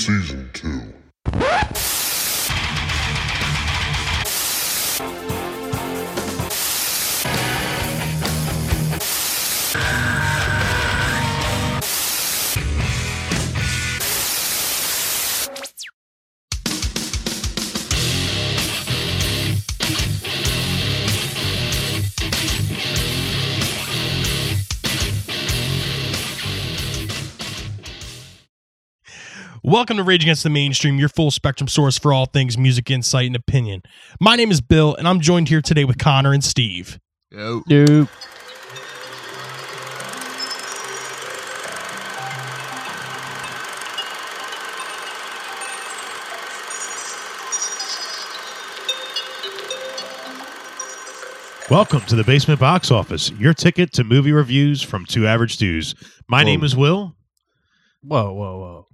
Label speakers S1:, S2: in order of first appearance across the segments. S1: Season 2.
S2: Welcome to Rage Against the Mainstream, your full spectrum source for all things music, insight, and opinion. My name is Bill, and I'm joined here today with Connor and Steve.
S3: Yo.
S4: Nope.
S5: Welcome to the Basement Box Office, your ticket to movie reviews from two average dudes. My
S3: Whoa.
S5: name is Will.
S4: Whoa, whoa, whoa.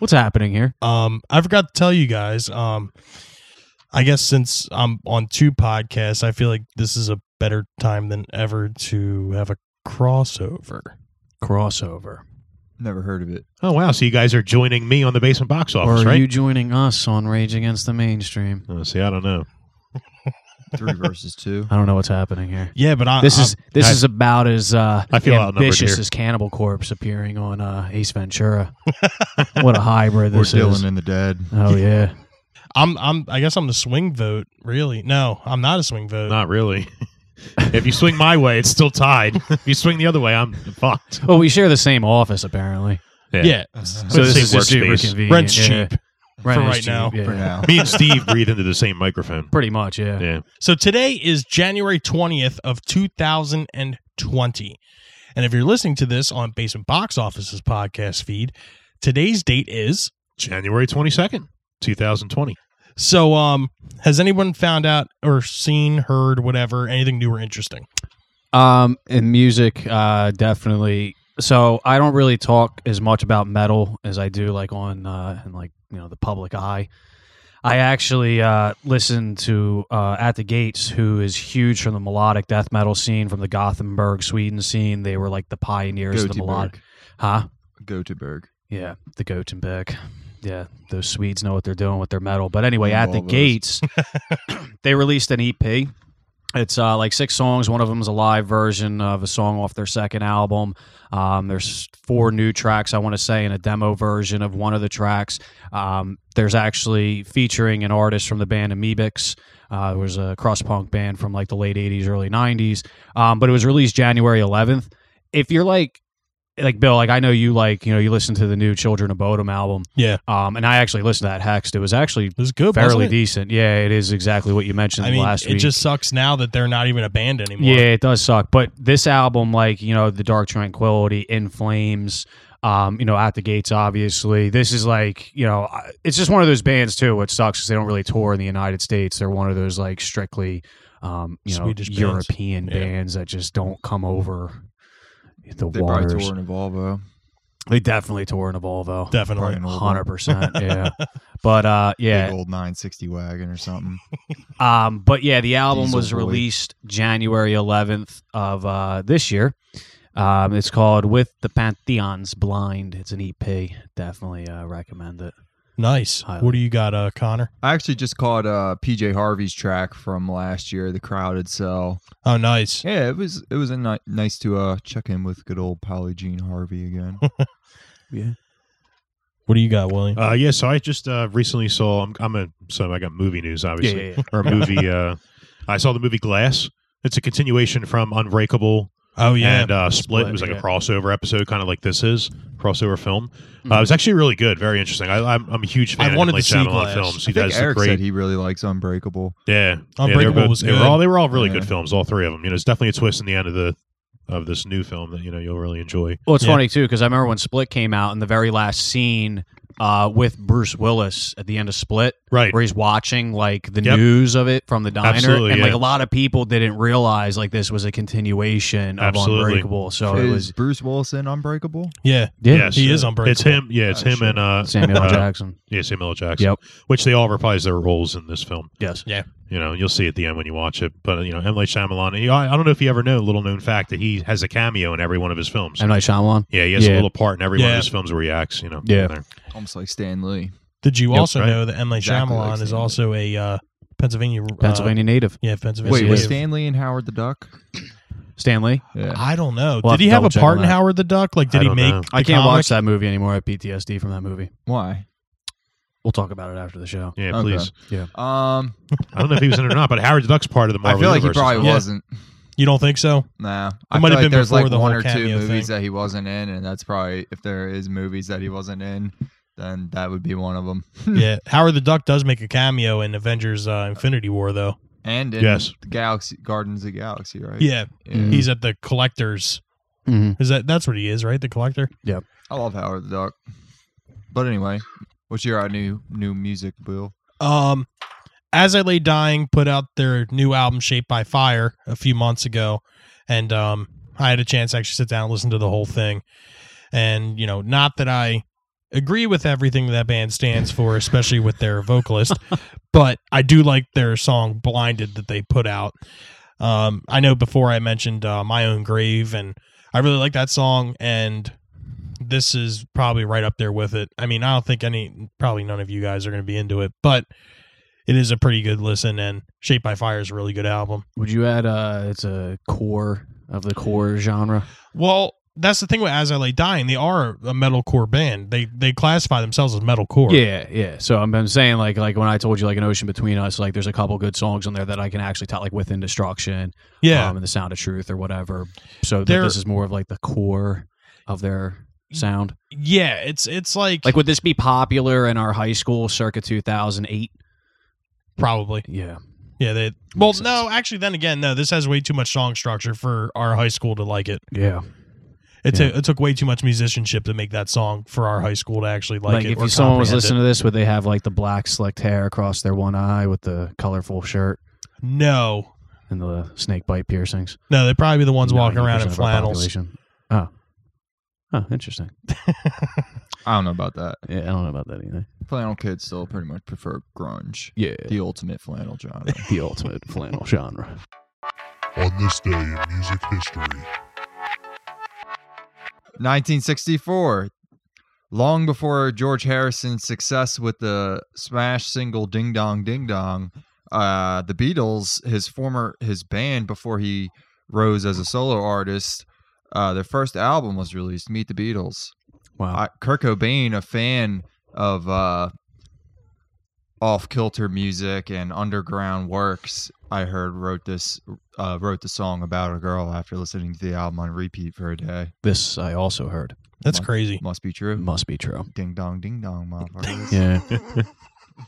S4: What's happening here?
S2: Um, I forgot to tell you guys. Um, I guess since I'm on two podcasts, I feel like this is a better time than ever to have a crossover.
S4: Crossover.
S3: Never heard of it.
S5: Oh, wow. So you guys are joining me on the Basement Box
S4: or
S5: Office,
S4: are
S5: right?
S4: you joining us on Rage Against the Mainstream?
S5: Oh, see, I don't know.
S3: Three versus two.
S4: I don't know what's happening here.
S2: Yeah, but Uh, I,
S4: This is this
S5: I-
S4: is about as uh,
S5: I feel outnumbered
S4: ambitious
S5: here.
S4: as Cannibal Corpse appearing on uh, Ace Ventura. what a hybrid
S3: Or
S4: this
S3: Dylan
S4: is!
S3: and the Dad.
S4: Oh yeah,
S2: I'm, I'm I'm I guess I'm the swing vote. Really? No, I'm not a swing vote.
S5: Not really. if you swing my way, it's still tied. if you swing the other way, I'm fucked.
S4: well, we share the same office apparently.
S2: yeah,
S5: So
S4: But
S5: this
S4: it's
S5: is just
S4: super
S5: space.
S4: convenient,
S2: rent's
S4: yeah.
S2: cheap.
S4: Rent
S2: for right
S4: is
S2: now.
S4: yeah.
S3: For now.
S5: Me and Steve breathe into the same microphone.
S4: Pretty much, yeah.
S5: Yeah.
S2: So today is January 20th of 2020. And if you're listening to this on Basement Box Office's podcast feed, today's date is
S5: January 22nd, 2020.
S2: so um has anyone found out or seen, heard, whatever, anything new or interesting?
S4: Um, and music, uh, definitely. So I don't really talk as much about metal as I do like on uh, in like you know the public eye. I actually uh, listened to uh, At the Gates, who is huge from the melodic death metal scene, from the Gothenburg, Sweden scene. They were like the pioneers of the melodic,
S3: Gothenburg.
S4: huh?
S3: Gothenburg.
S4: Yeah, the Gothenburg. Yeah, those Swedes know what they're doing with their metal. But anyway,
S3: Yeah,
S4: at the
S3: Volvos.
S4: gates, they released an EP. It's uh, like six songs. One of them is a live version of a song off their second album. Um, there's four new tracks, I want to say, and a demo version of one of the tracks. Um, there's actually featuring an artist from the band Amoebix. Uh, it was a cross punk band from like the late 80s, early 90s. Um, but it was released January 11th. If you're like, like Bill, like I know you like, you know, you listen to the new Children of Bodom album.
S2: Yeah.
S4: Um, and I actually listened to that Hexed. It was actually
S2: It was good, wasn't
S4: fairly
S2: it?
S4: decent. Yeah, it is exactly what you mentioned
S2: I mean,
S4: last
S2: it
S4: week.
S2: just sucks now that they're not even a band anymore.
S4: yeah, it does suck. But this album, like you know, the Dark Tranquility, In Flames, um, you know, At the Gates, obviously. This is like you know, I- it's just one of those bands too. What sucks is they don't really tour in the United States. They're one of those like strictly, um, you know,
S2: Swedish bands.
S4: European
S2: Yeah.
S4: bands that just don't come over the
S3: They
S4: waters.
S3: probably tore in a Volvo.
S4: They definitely tour in a Volvo.
S2: Definitely.
S3: Probably an old one.
S4: Hundred percent, yeah. But uh, yeah,
S3: Big old 960 wagon or something.
S4: Um, but yeah, the album
S3: Diesel
S4: was
S3: Boy.
S4: released January 11th of uh, this year. Um, it's called "With the Pantheons Blind." It's an EP. Definitely uh, recommend it.
S2: Nice.
S4: Highly.
S2: What do you got, uh, Connor?
S3: I actually just caught uh, PJ Harvey's track from last year, The Crowded Cell.
S2: Oh, nice.
S3: Yeah, it was it was a ni- nice to uh, check in with good old Polly Jean Harvey again.
S2: What do you got, William?
S5: Uh, yeah, so I just uh, recently saw. I'm, I'm a so I got movie news, obviously,
S4: Yeah, yeah, yeah.
S5: or a movie. uh, I saw the movie Glass. It's a continuation from Unbreakable
S2: oh yeah.
S5: and uh, Split.
S4: Split,
S5: It was like
S4: yeah.
S5: a crossover episode, kind of like this is crossover film. Uh, it was actually really good, very interesting. I, I'm, I'm a huge fan
S2: I
S5: of
S2: wanted
S5: Emily
S2: to see Glass.
S5: Shyamalan films. He
S3: I think
S5: does the
S3: Eric
S5: great.
S3: said he really likes Unbreakable.
S5: yeah, yeah, they were,
S2: Unbreakable
S5: both-
S2: was
S5: they were
S2: good.
S5: all they were all really
S3: Yeah.
S5: good films, all three of them. You know, it's definitely a twist in the end of the of this new film that you know you'll really enjoy.
S4: Well, it's
S2: Yeah.
S4: funny too because I remember when Split came out, and the very last scene uh, with Bruce Willis at the end of Split
S5: Right.
S4: where he's watching like the
S5: Yep.
S4: news of it from the diner,
S5: Absolutely,
S4: and like
S5: yeah.
S4: a lot of people didn't realize like this was a continuation of
S5: Absolutely.
S4: Unbreakable. So it
S3: Is
S4: was
S3: Bruce Wilson unbreakable?
S2: Yeah.
S5: Yes.
S2: He is unbreakable.
S5: It's him. Yeah, it's
S3: Oh,
S5: him
S3: shit.
S5: and uh,
S4: Samuel L.
S5: uh,
S4: Jackson.
S5: Yeah, Samuel L. Jackson.
S4: Yep.
S5: Which they all reprise their roles in this film.
S4: Yes.
S5: You know, you'll see at the end when you watch it. But uh, you know, M. Night Shyamalan. he- I I don't know if you ever know. Little known fact that he has a cameo in every one of his films.
S4: M. Night Shyamalan.
S5: yeah, he has a
S4: Yeah.
S5: little part in every one
S2: Yeah.
S5: of his films where he acts. You know.
S4: Yeah.
S5: in there.
S3: Almost like Stan Lee.
S2: Did you
S5: Yep,
S2: also
S5: right.
S2: know that Emily
S3: Exactly
S2: Shyamalan
S3: like
S2: is
S3: Stanley.
S2: also a uh, Pennsylvania uh,
S4: Pennsylvania native.
S2: Yeah, Pennsylvania.
S3: Wait, was
S2: native.
S3: Stan Lee and Howard the Duck?
S4: Stanley.
S3: Yeah.
S2: I don't know.
S4: We'll have
S2: did he
S4: to
S2: have a
S4: double check
S2: part
S4: on
S2: in
S4: that.
S2: Howard the Duck? Like,
S5: I
S2: did he
S5: don't
S2: make?
S5: know.
S4: I
S2: the
S4: can't
S2: comic?
S4: watch that movie anymore. I have PTSD from that movie.
S3: Why?
S4: We'll talk about it after the show.
S5: Yeah,
S3: Okay.
S5: please.
S3: Um,
S5: I don't know if he was in it or not, but Howard the Duck's part of the
S3: I
S5: Marvel.
S3: feel like he
S5: Universe.
S3: probably
S2: Yeah.
S3: wasn't.
S2: You don't think so?
S3: Nah,
S2: It
S3: I
S2: might
S3: feel
S2: have
S3: like
S2: been
S3: there's
S2: before
S3: like
S2: the
S3: one
S2: whole
S3: or two
S2: cameo
S3: movies
S2: thing.
S3: that he wasn't in, and that's probably if there is movies that he wasn't in, then that would be one of them.
S2: yeah. Howard the Duck does make a cameo in Avengers uh, Infinity War, though.
S3: And in
S5: Yes.
S3: the Galaxy Gardens of the Galaxy, right? Hmm.
S2: Yeah, Mm-hmm.
S3: Yeah.
S2: he's at the collector's.
S4: Mm-hmm.
S2: Is that that's what he is, right? The collector.
S3: I love Howard the Duck. But anyway, what's your uh, new new music, Bill?
S2: Um, As I Lay Dying put out their new album Shaped by Fire a few months ago, and um, I had a chance to actually sit down and listen to the whole thing. And you know, not that I agree with everything that band stands for, especially with their vocalist, but I do like their song "Blinded" that they put out. Um, I know before I mentioned uh, my own grave, and I really like that song. And this is probably right up there with it. I mean, I don't think any, probably none of you guys are going to be into it, but it is a pretty good listen. And "Shaped by Fire" is a really good album.
S4: Would you add? Uh, it's a core of the core genre.
S2: Well, that's the thing with As I Lay Dying; they are a metalcore band. They they classify themselves as metalcore.
S4: Yeah, yeah. So I'm, I'm saying like like when I told you like an ocean between us, like there's a couple good songs on there that I can actually talk like within destruction,
S2: yeah.
S4: um, and the sound of truth or whatever. So that
S2: They're-
S4: this is more of like the core of their sound.
S2: Yeah, It's it's like,
S4: Like, would this be popular in our high school circa 2008?
S2: probably
S4: Yeah,
S2: yeah. They well,
S4: sense.
S2: no, actually, then again, no. This has way too much song structure for our high school to like it.
S4: yeah.
S2: It,
S4: Yeah.
S2: took it took way too much musicianship to make that song for our high school to actually like,
S4: Like,
S2: it.
S4: if
S2: or
S4: you- someone was
S2: comprehend it.
S4: listening to this, would they have like the black slicked hair across their one eye with the colorful shirt
S2: no,
S4: and the snake bite piercings?
S2: No, they'd probably be the ones walking around in
S4: 90% of our
S2: flannels.
S4: population. Oh, oh, interesting.
S3: I don't know about that.
S4: Yeah, I don't know about that either.
S3: Flannel kids still pretty much prefer grunge,
S4: Yeah,
S3: the ultimate flannel genre.
S4: the ultimate flannel genre.
S1: On this day in music history,
S3: 1964. Long before George Harrison's success with the smash single "Ding Dong Ding Dong," uh, the Beatles, his former his band before he rose as a solo artist, uh, their first album was released, "Meet the Beatles."
S4: Wow.
S3: I, Kurt Cobain, a fan of uh, off kilter music and underground works, I heard wrote this uh, wrote the song about a girl after listening to the album on repeat for a day.
S4: this I also heard.
S2: That's
S3: Come on.
S2: crazy.
S3: Must be true.
S4: Must be true.
S3: Ding dong, ding dong, motherfuckers.
S4: Yeah.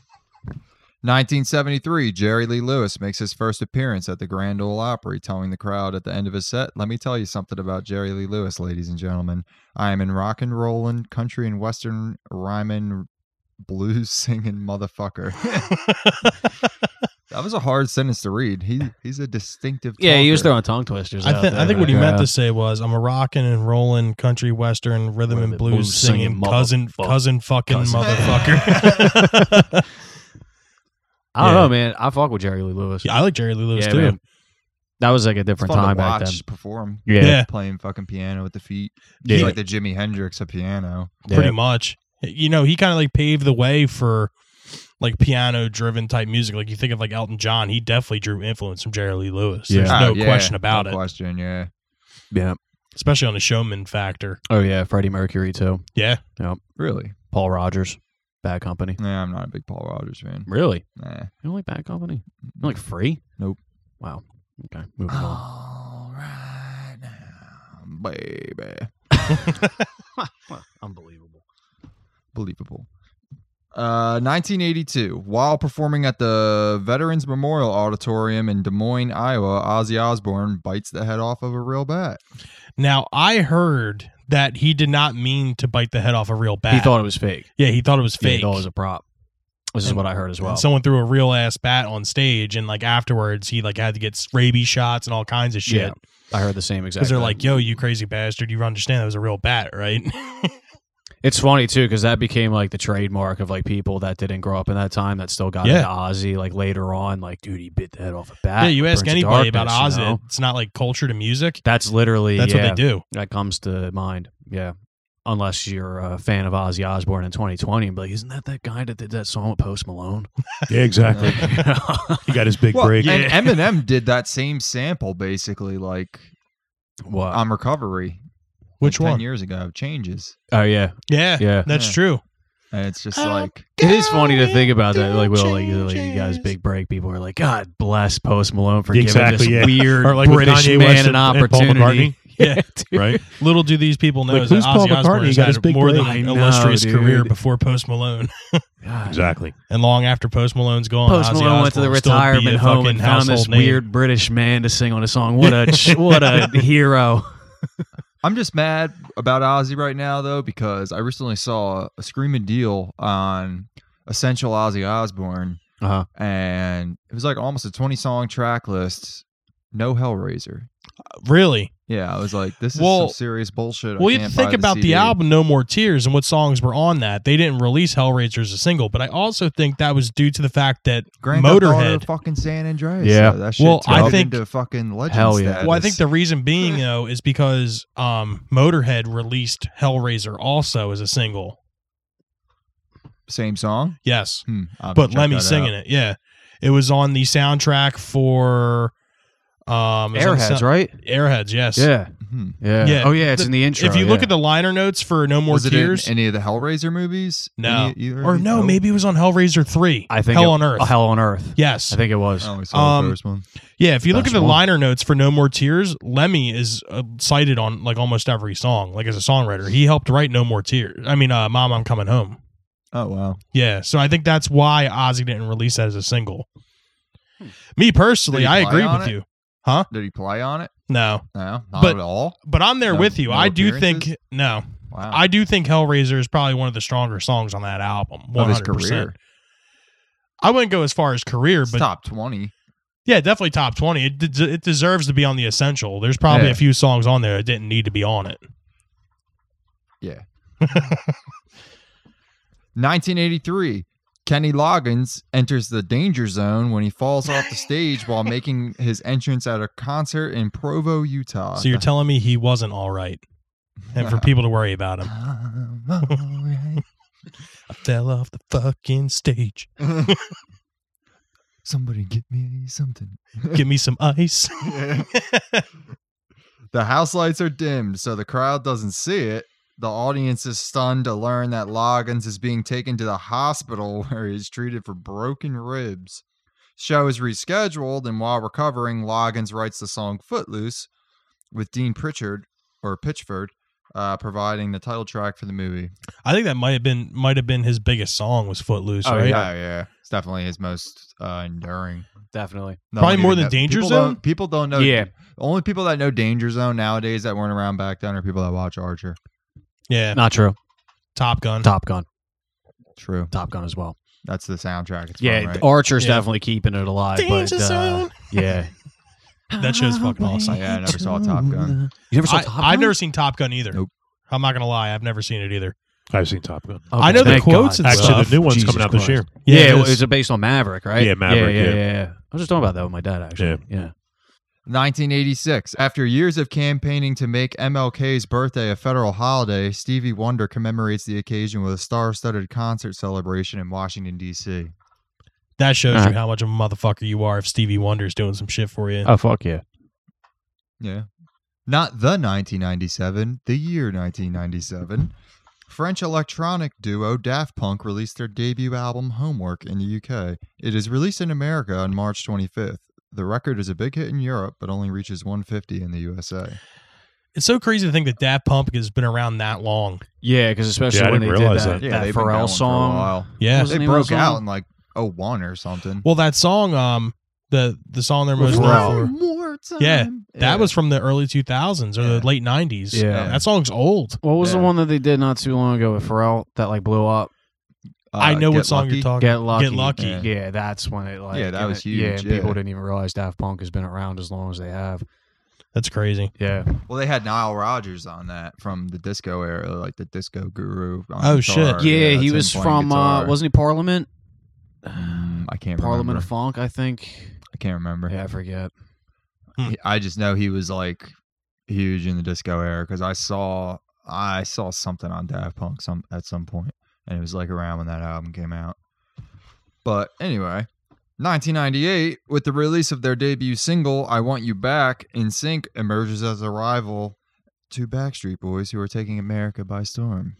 S3: 1973, Jerry Lee Lewis makes his first appearance at the Grand Ole Opry, telling the crowd at the end of his set, Let me tell you something about Jerry Lee Lewis, ladies and gentlemen. I am in rock and rollin', country and western rhyming, blues singing motherfucker. that was a hard sentence to read. He He's a distinctive.
S4: yeah, he was
S3: talker.
S4: throwing tongue twisters.
S2: I,
S4: out
S2: th- I
S4: there.
S2: think what he
S4: Yeah.
S2: meant to say was, "I'm a rockin' and rollin' country western rhythm and
S4: Rhythm,
S2: blues,
S4: blues
S2: singing,
S4: singing
S2: cousin
S4: motherfuck-
S2: cousin fucking
S4: cousin.
S2: motherfucker."
S4: I don't
S2: Yeah.
S4: know, man. I fuck with Jerry Lee Lewis.
S2: yeah, I like Jerry Lee Lewis
S4: Yeah,
S2: too.
S4: man. That was like a
S3: It's
S4: different
S3: fun
S4: time
S3: to
S4: back
S3: watch
S4: then.
S3: perform.
S4: Yeah.
S2: Yeah.
S3: Playing fucking piano with the feet.
S4: Yeah.
S3: He's like the Jimi Hendrix of piano.
S4: Yeah.
S2: Pretty much, you know, he kind of like paved the way for like piano-driven type music. Like you think of like Elton John, he definitely drew influence from Jerry Lee Lewis. There's
S4: Yeah.
S2: no
S3: Oh, yeah,
S2: question about
S3: no
S2: it,
S3: question, yeah.
S4: Yeah.
S2: especially on the showman factor.
S4: Oh yeah, Freddie Mercury too.
S2: Yeah,
S3: Really?
S4: Paul Rogers, Bad Company.
S3: Nah, I'm not a big Paul Rogers fan.
S4: Really?
S3: Nah.
S4: You don't like Bad Company? You don't like Free?
S3: Nope.
S4: Wow. Okay. Moving
S2: Ah,
S4: on.
S3: All right now, baby.
S4: Unbelievable.
S3: Believable. Uh, 1982. While performing at the Veterans Memorial Auditorium in Des Moines, Iowa, Ozzy Osbourne bites the head off of a real bat.
S2: Now I heard that he did not mean to bite the head off a real bat.
S4: He thought it was fake.
S2: yeah, he thought it was
S4: Yeah, he
S2: fake.
S4: thought it was a prop. This is what I heard as well.
S2: And someone threw a real ass bat on stage, and like afterwards, he like had to get rabies shots and all kinds of shit.
S4: Yeah, I heard the same exact.
S2: Because they're
S4: thing.
S2: like, "Yo, you crazy bastard! You understand that was a real bat, right?"
S4: It's funny too because that became like the trademark of like people that didn't grow up in that time that still got
S2: Yeah.
S4: into Ozzy like later on. Like, dude, he bit the head off a bat.
S2: yeah, you ask
S4: Prince of
S2: anybody about
S4: Darkness,
S2: Ozzy,
S4: you know?
S2: it's not like culture to music.
S4: That's literally
S2: That's
S4: yeah,
S2: what they do.
S4: That comes to mind. Yeah, unless you're a fan of Ozzy Osbourne in 2020, and be like, isn't that that guy that did that song with Post Malone?
S5: Yeah, exactly. he got his big
S3: Well,
S5: break.
S3: and Eminem did that same sample basically, like
S4: what?
S2: Um,
S3: on recovery.
S2: Which
S3: like,
S2: one?
S3: Ten years ago, changes,
S4: oh yeah,
S2: Yeah,
S4: yeah.
S2: that's
S3: Yeah.
S2: true.
S3: and it's just
S2: Um,
S3: like
S4: It is funny to think about that.
S2: Going
S4: Like,
S2: through
S4: well, like, like you guys,
S2: changes.
S4: big break. People are like, God bless Post Malone for
S5: Exactly,
S4: giving
S5: yeah.
S4: this weird
S5: Or like with
S4: British
S5: Kanye
S4: man
S5: West
S4: an
S5: and- and Paul
S4: opportunity.
S5: McCartney.
S4: yeah, dude.
S5: right?
S2: Little do these people know
S5: Like,
S2: that
S5: who's Paul
S2: Ozzy Osbourne
S5: McCartney?
S2: has
S5: Got
S2: had
S5: his
S2: a
S5: big
S2: more than
S4: break. I know,
S2: illustrious career
S4: dude.
S2: before Post Malone,
S4: God.
S5: Exactly.
S2: and long after Post Malone's gone,
S4: Post
S2: Ozzy
S4: Malone went to the
S2: Osbourne will still be a
S4: retirement home
S2: fucking
S4: and found this
S2: household name.
S4: weird British man to sing on a song. What a ch- what a hero!
S3: I'm just mad about Ozzy right now though because I recently saw a screaming deal on Essential Ozzy Osbourne,
S4: Uh-huh.
S3: and it was like almost a 20 song track list. No Hellraiser.
S2: Really?
S3: Yeah, I was like, this is
S2: Well-
S3: some serious bullshit. I
S2: Well, you
S3: can't
S2: have to
S3: buy
S2: think about the
S3: CD.
S2: album No More Tears and what songs were on that. They didn't release Hellraiser as a single, but I also think that was due to the fact that
S3: Grand Theft Auto
S2: Motorhead.
S3: fucking San Andreas.
S4: Yeah.
S3: though. that shit
S2: Well, I
S3: turned
S2: think-
S3: into fucking legend
S4: Hell yeah.
S2: Well, I think the reason being though is because um, Motorhead released Hellraiser also as a single.
S3: same song,
S2: Yes,
S3: hmm, I'll have to
S2: but
S3: check
S2: Lemmy
S3: that
S2: singing it. Yeah, it was on the soundtrack for um, it was on the
S4: Airheads,
S2: sou-
S4: right?
S2: Airheads, yes.
S4: Yeah,
S3: out. Hmm.
S4: yeah,
S2: Yeah.
S4: Oh yeah, it's in the intro.
S2: if you look
S4: yeah.
S2: at the liner notes for No More
S3: Was it in
S2: Tears,
S3: any of the Hellraiser movies?
S2: No.
S3: Any- either of
S2: or
S3: these?
S2: no,
S3: Nope.
S2: maybe it was on Hellraiser three.
S4: I think
S2: Hell
S4: it-
S2: on Earth.
S4: oh, Hell on Earth.
S2: yes,
S4: I think it was.
S3: I only saw
S2: Um,
S3: the first one.
S2: Yeah, if you look at
S4: Best
S2: the
S4: one.
S2: liner notes for No More Tears, Lemmy is uh, cited on like almost every song, like as a songwriter. He helped write No More Tears. I mean, uh, Mom, I'm Coming Home.
S3: Oh wow.
S2: Yeah, so I think that's why Ozzy didn't release that as a single. Me personally,
S3: Hmm. Did
S2: I
S3: he play
S2: agree
S3: on
S2: with
S3: it?
S2: you,
S3: Did he play on it?
S2: no,
S3: No, not
S2: But-
S3: at all.
S2: but I'm there
S3: No-
S2: with you.
S3: no
S2: I do think
S3: appearances? Oh.
S2: no,
S3: Wow.
S2: I do think Hellraiser is probably one of the stronger songs on that album.
S3: of
S2: One
S3: his
S2: hundred percent.
S3: career.
S2: I wouldn't go as far as career,
S3: It's
S2: but
S3: top twenty.
S2: yeah, definitely top twenty. It de- it deserves to be on the essential. There's probably
S3: Yeah.
S2: a few songs on there that didn't need to be on it.
S3: Yeah. 1983. Kenny Loggins enters the danger zone when he falls off the stage while making his entrance at a concert in Provo, Utah.
S2: So you're telling me he wasn't all right, and for people to worry about him,
S3: I'm alright.
S2: I fell off the fucking stage.
S3: Somebody get me something.
S2: Give me some ice.
S3: the house lights are dimmed, so the crowd doesn't see it. The audience is stunned to learn that Loggins is being taken to the hospital where he is treated for broken ribs. Show is rescheduled, and while recovering, Loggins writes the song Footloose with Dean Pritchard or Pitchford uh, providing the title track for the movie.
S2: I think that might have been might have been his biggest song was Footloose,
S4: Oh,
S2: right?
S4: yeah.
S3: Oh, yeah. It's definitely his most uh, enduring.
S4: Definitely.
S3: No
S2: Probably
S3: one
S2: more
S3: even
S2: than
S3: knows-
S2: Danger
S3: people
S2: Zone?
S3: Don't, people don't know.
S4: Yeah.
S3: The only people that know Danger Zone nowadays that weren't around back then are people that watch Archer.
S2: Yeah,
S4: Not true.
S2: Top Gun.
S4: Top Gun.
S3: True.
S4: Top Gun as well.
S3: That's the soundtrack. It's
S4: Yeah,
S3: from, right?
S4: Archer's
S2: Yeah.
S4: definitely keeping it alive.
S2: Danger
S4: but, uh,
S2: Zone.
S4: Yeah.
S2: That show's fucking awesome.
S3: Yeah, I never saw Top Gun.
S4: You never saw
S2: I,
S4: Top Gun?
S2: I've never seen Top Gun either.
S3: Nope.
S2: I'm not gonna lie, I've never seen it either.
S5: I've seen Top Gun.
S4: Okay,
S2: I know the
S4: thank
S2: quotes
S4: God.
S2: and
S5: Actually,
S2: stuff.
S5: the new one's
S4: Jesus
S5: coming out this
S4: Christ.
S5: year.
S4: Yeah,
S2: it
S4: it
S2: is.
S4: was based on Maverick, right?
S5: Yeah, Maverick,
S4: Yeah, yeah,
S5: yeah.
S4: yeah. yeah. I was just talking about that with my dad, actually. Yeah.
S3: 1986. After years of campaigning to make MLK's birthday a federal holiday, Stevie Wonder commemorates the occasion with a star-studded concert celebration in Washington D.C.
S2: That shows you
S4: Alright.
S2: how much of a motherfucker you are if Stevie Wonder's doing some shit for you.
S4: Oh, fuck yeah.
S3: Yeah. Not the 1997, the year 1997. French electronic duo Daft Punk released their debut album Homework in the UK. It is released in America on March 25th. The record is a big hit in Europe, but only reaches 150 in the USA.
S2: It's so crazy to think that Daft Punk has been around that long.
S4: Yeah, because especially
S5: Yeah, I
S4: when they
S5: didn't
S4: did
S5: realize
S4: that,
S5: that.
S4: that
S3: they've been going
S4: Pharrell
S3: for a
S4: song.
S3: while.
S2: Yeah.
S4: Was-
S3: They
S4: Wasn't it
S3: broke
S4: on-
S3: out in like 01 or something.
S2: Well, that song, um, the the song they're most known
S3: One
S2: for,
S3: more time.
S2: Yeah,
S3: Yeah.
S2: that was from the early 2000s or
S3: Yeah.
S2: the late 90s.
S4: Yeah.
S2: that song's old.
S4: What was the
S3: Yeah.
S4: one that they did not too long ago with Pharrell that like blew up?
S2: I know
S3: Uh, Get
S2: what song
S3: Lucky.
S2: you're talking.
S4: Get lucky.
S2: Get lucky.
S3: Yeah.
S4: Yeah, that's when it like
S3: Yeah, that
S4: and
S3: was
S4: it- Yeah,
S3: huge,
S4: and
S3: yeah.
S4: people didn't even realize Daft Punk has been around as long as they have.
S2: That's crazy.
S4: Yeah,
S3: Well, they had Nile Rodgers on that from the disco era, like the disco guru. on
S2: Oh,
S3: guitar.
S2: shit.
S4: yeah, he
S3: that's
S4: was
S3: him playing
S4: from uh,
S3: guitar.
S4: wasn't he Parliament?
S3: Mm, I can't
S4: Parliament
S3: remember.
S4: of Funk, I think.
S3: I can't remember.
S4: Yeah, I forget.
S2: Hmm.
S3: He- I just know he was like huge in the disco era because I saw I saw something on Daft Punk some at some point, and it was like around when that album came out. But anyway, 1998, with the release of their debut single "I Want You Back," In Sync emerges as a rival to Backstreet Boys, who are taking America by storm.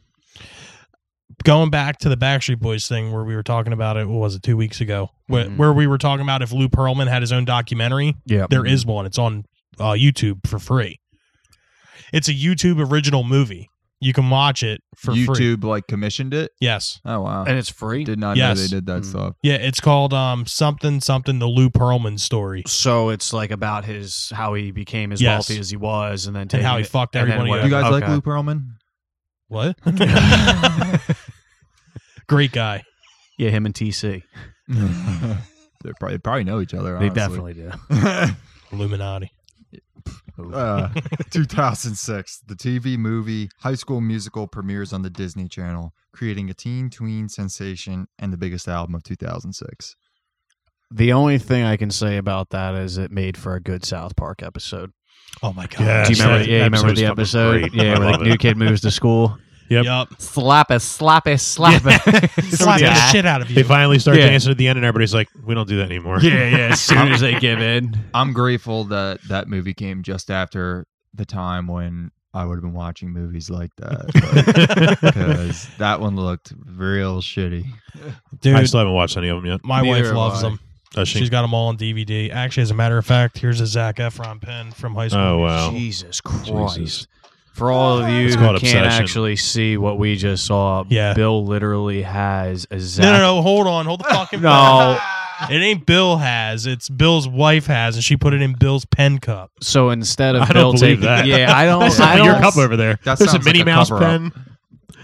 S2: Going back to the Backstreet Boys thing where we were talking about it. What was it? Two weeks ago, where,
S3: Mm-hmm.
S4: Mhm.
S2: where we were talking about if Lou Pearlman had his own documentary.
S4: Yeah,
S2: There
S3: Mm-hmm.
S2: is one. It's on uh, YouTube for free. It's a YouTube original movie. You can watch it for free.
S3: YouTube like commissioned it.
S2: Yes.
S3: Oh wow!
S4: and it's free.
S3: Did not know
S2: Yes.
S3: they did that
S4: Mm.
S3: stuff.
S2: Yeah, it's called um something something the Lou Pearlman story
S4: So it's like about his how he became as
S2: Yes.
S4: wealthy as he was, and then
S2: and
S4: taking
S2: how he
S4: it-
S2: fucked
S4: and then
S2: everybody.
S4: what-
S2: up.
S3: You guys like
S4: Okay.
S3: Lou Pearlman?
S2: What? Great guy.
S4: Yeah, him and TC.
S3: they probably, probably know each other.
S4: They definitely
S3: honestly.
S4: do.
S2: Illuminati.
S3: Uh, 2006, the TV movie High School Musical premieres on the Disney Channel, creating a teen tween sensation and the biggest album of 2006.
S4: The only thing I can say about that is it made for a good South Park episode.
S2: Oh my god.
S5: Yes.
S4: Do you remember?
S5: that
S4: Yeah, you remember the
S5: episode's fucking
S4: episode?
S5: great.
S4: Yeah,
S5: I
S4: where the
S5: love
S4: new
S5: it.
S4: kid moves to school.
S5: Yep.
S2: Yup.
S4: Slap it, slap it, slap it.
S2: Slap the shit out of
S5: They
S2: you.
S5: finally start
S4: Yeah.
S5: dancing at the end, and everybody's like, "We don't do that anymore."
S4: Yeah, yeah. As soon as they give in,
S3: I'm grateful that that movie came just after the time when I would have been watching movies like that. Because that one looked real shitty.
S5: I
S2: Dude,
S5: still haven't watched any of them yet. Uh,
S2: my
S3: Neither
S2: wife
S3: have
S2: loves
S3: I.
S2: them.
S5: Does she?
S2: She's got them all on DVD. Actually, as a matter of fact, here's a Zach Efron pen from high school.
S5: oh wow.
S4: Jesus Christ.
S5: Jesus.
S4: For all of you
S5: It's
S4: who
S5: called
S4: can't
S5: obsession.
S4: actually see what we just saw,
S2: Yeah.
S4: Bill literally has a Zach.
S2: No, no, no. Hold on. Hold the fucking
S4: No.
S2: phone. It ain't Bill has. It's Bill's wife has, and she put it in Bill's pen cup.
S4: So instead of
S5: I don't
S4: Bill
S5: believe
S4: taking,
S5: that.
S4: yeah, I don't,
S5: That's
S4: I
S5: your
S4: don't,
S5: cup over there.
S3: that
S5: There's a
S3: sounds like
S5: Minnie
S3: a
S5: Mouse pen.
S3: cover-up.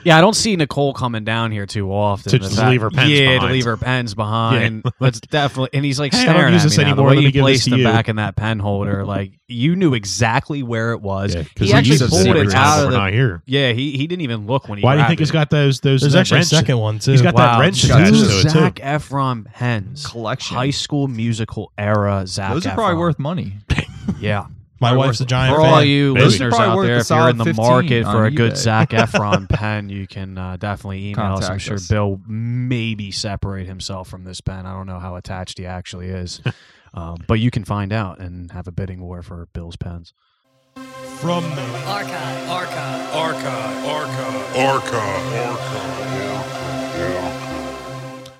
S4: yeah, I don't see Nicole coming down here too often.
S5: To
S4: The
S5: just leave her pens
S4: yeah, to
S5: behind.
S4: leave her pens behind. That's definitely, and he's like
S5: Hey, I don't
S4: staring
S5: use
S4: at
S5: this
S4: me now. The
S5: anymore.
S4: way
S5: Let
S4: you
S5: me give this
S4: placed
S5: to
S4: them
S5: you.
S4: back in that pen holder, like you knew exactly where it was.
S5: Yeah,
S4: he
S5: we
S4: actually
S5: use them
S4: pulled
S5: secret
S4: it
S5: times
S4: out of
S5: when We're
S4: the.
S5: not here.
S4: Yeah, he, he didn't even look when he.
S5: Why do you
S4: grabbed
S5: think he's
S4: it.
S5: got those? Those uh,
S2: There's
S5: that
S2: actually a
S5: wrench-
S2: second one too.
S5: He's got
S4: Wow,
S5: that wrench
S3: two
S5: attached to it
S4: Zach
S5: too.
S4: Efron pens.
S3: Collection.
S4: High School Musical era Zach.
S3: Those are probably
S4: Efron.
S3: worth money.
S4: Yeah,
S2: My
S3: Probably
S2: wife's a
S3: worth-
S2: giant
S4: for
S2: fan.
S4: all you
S5: Maybe.
S4: listeners
S3: Probably
S4: out
S3: worth
S4: there,
S3: a
S4: if you're in
S3: solid
S4: the
S3: 15
S4: market for
S3: on
S4: a good
S3: eBay.
S4: Zach Efron pen, you can uh, definitely email us. I'm
S3: Contact
S4: sure
S3: us.
S4: Bill maybe separate himself from this pen. I don't know how attached he actually is, um, but you can find out and have a bidding war for Bill's pens.
S2: From the
S6: Archive. Archive.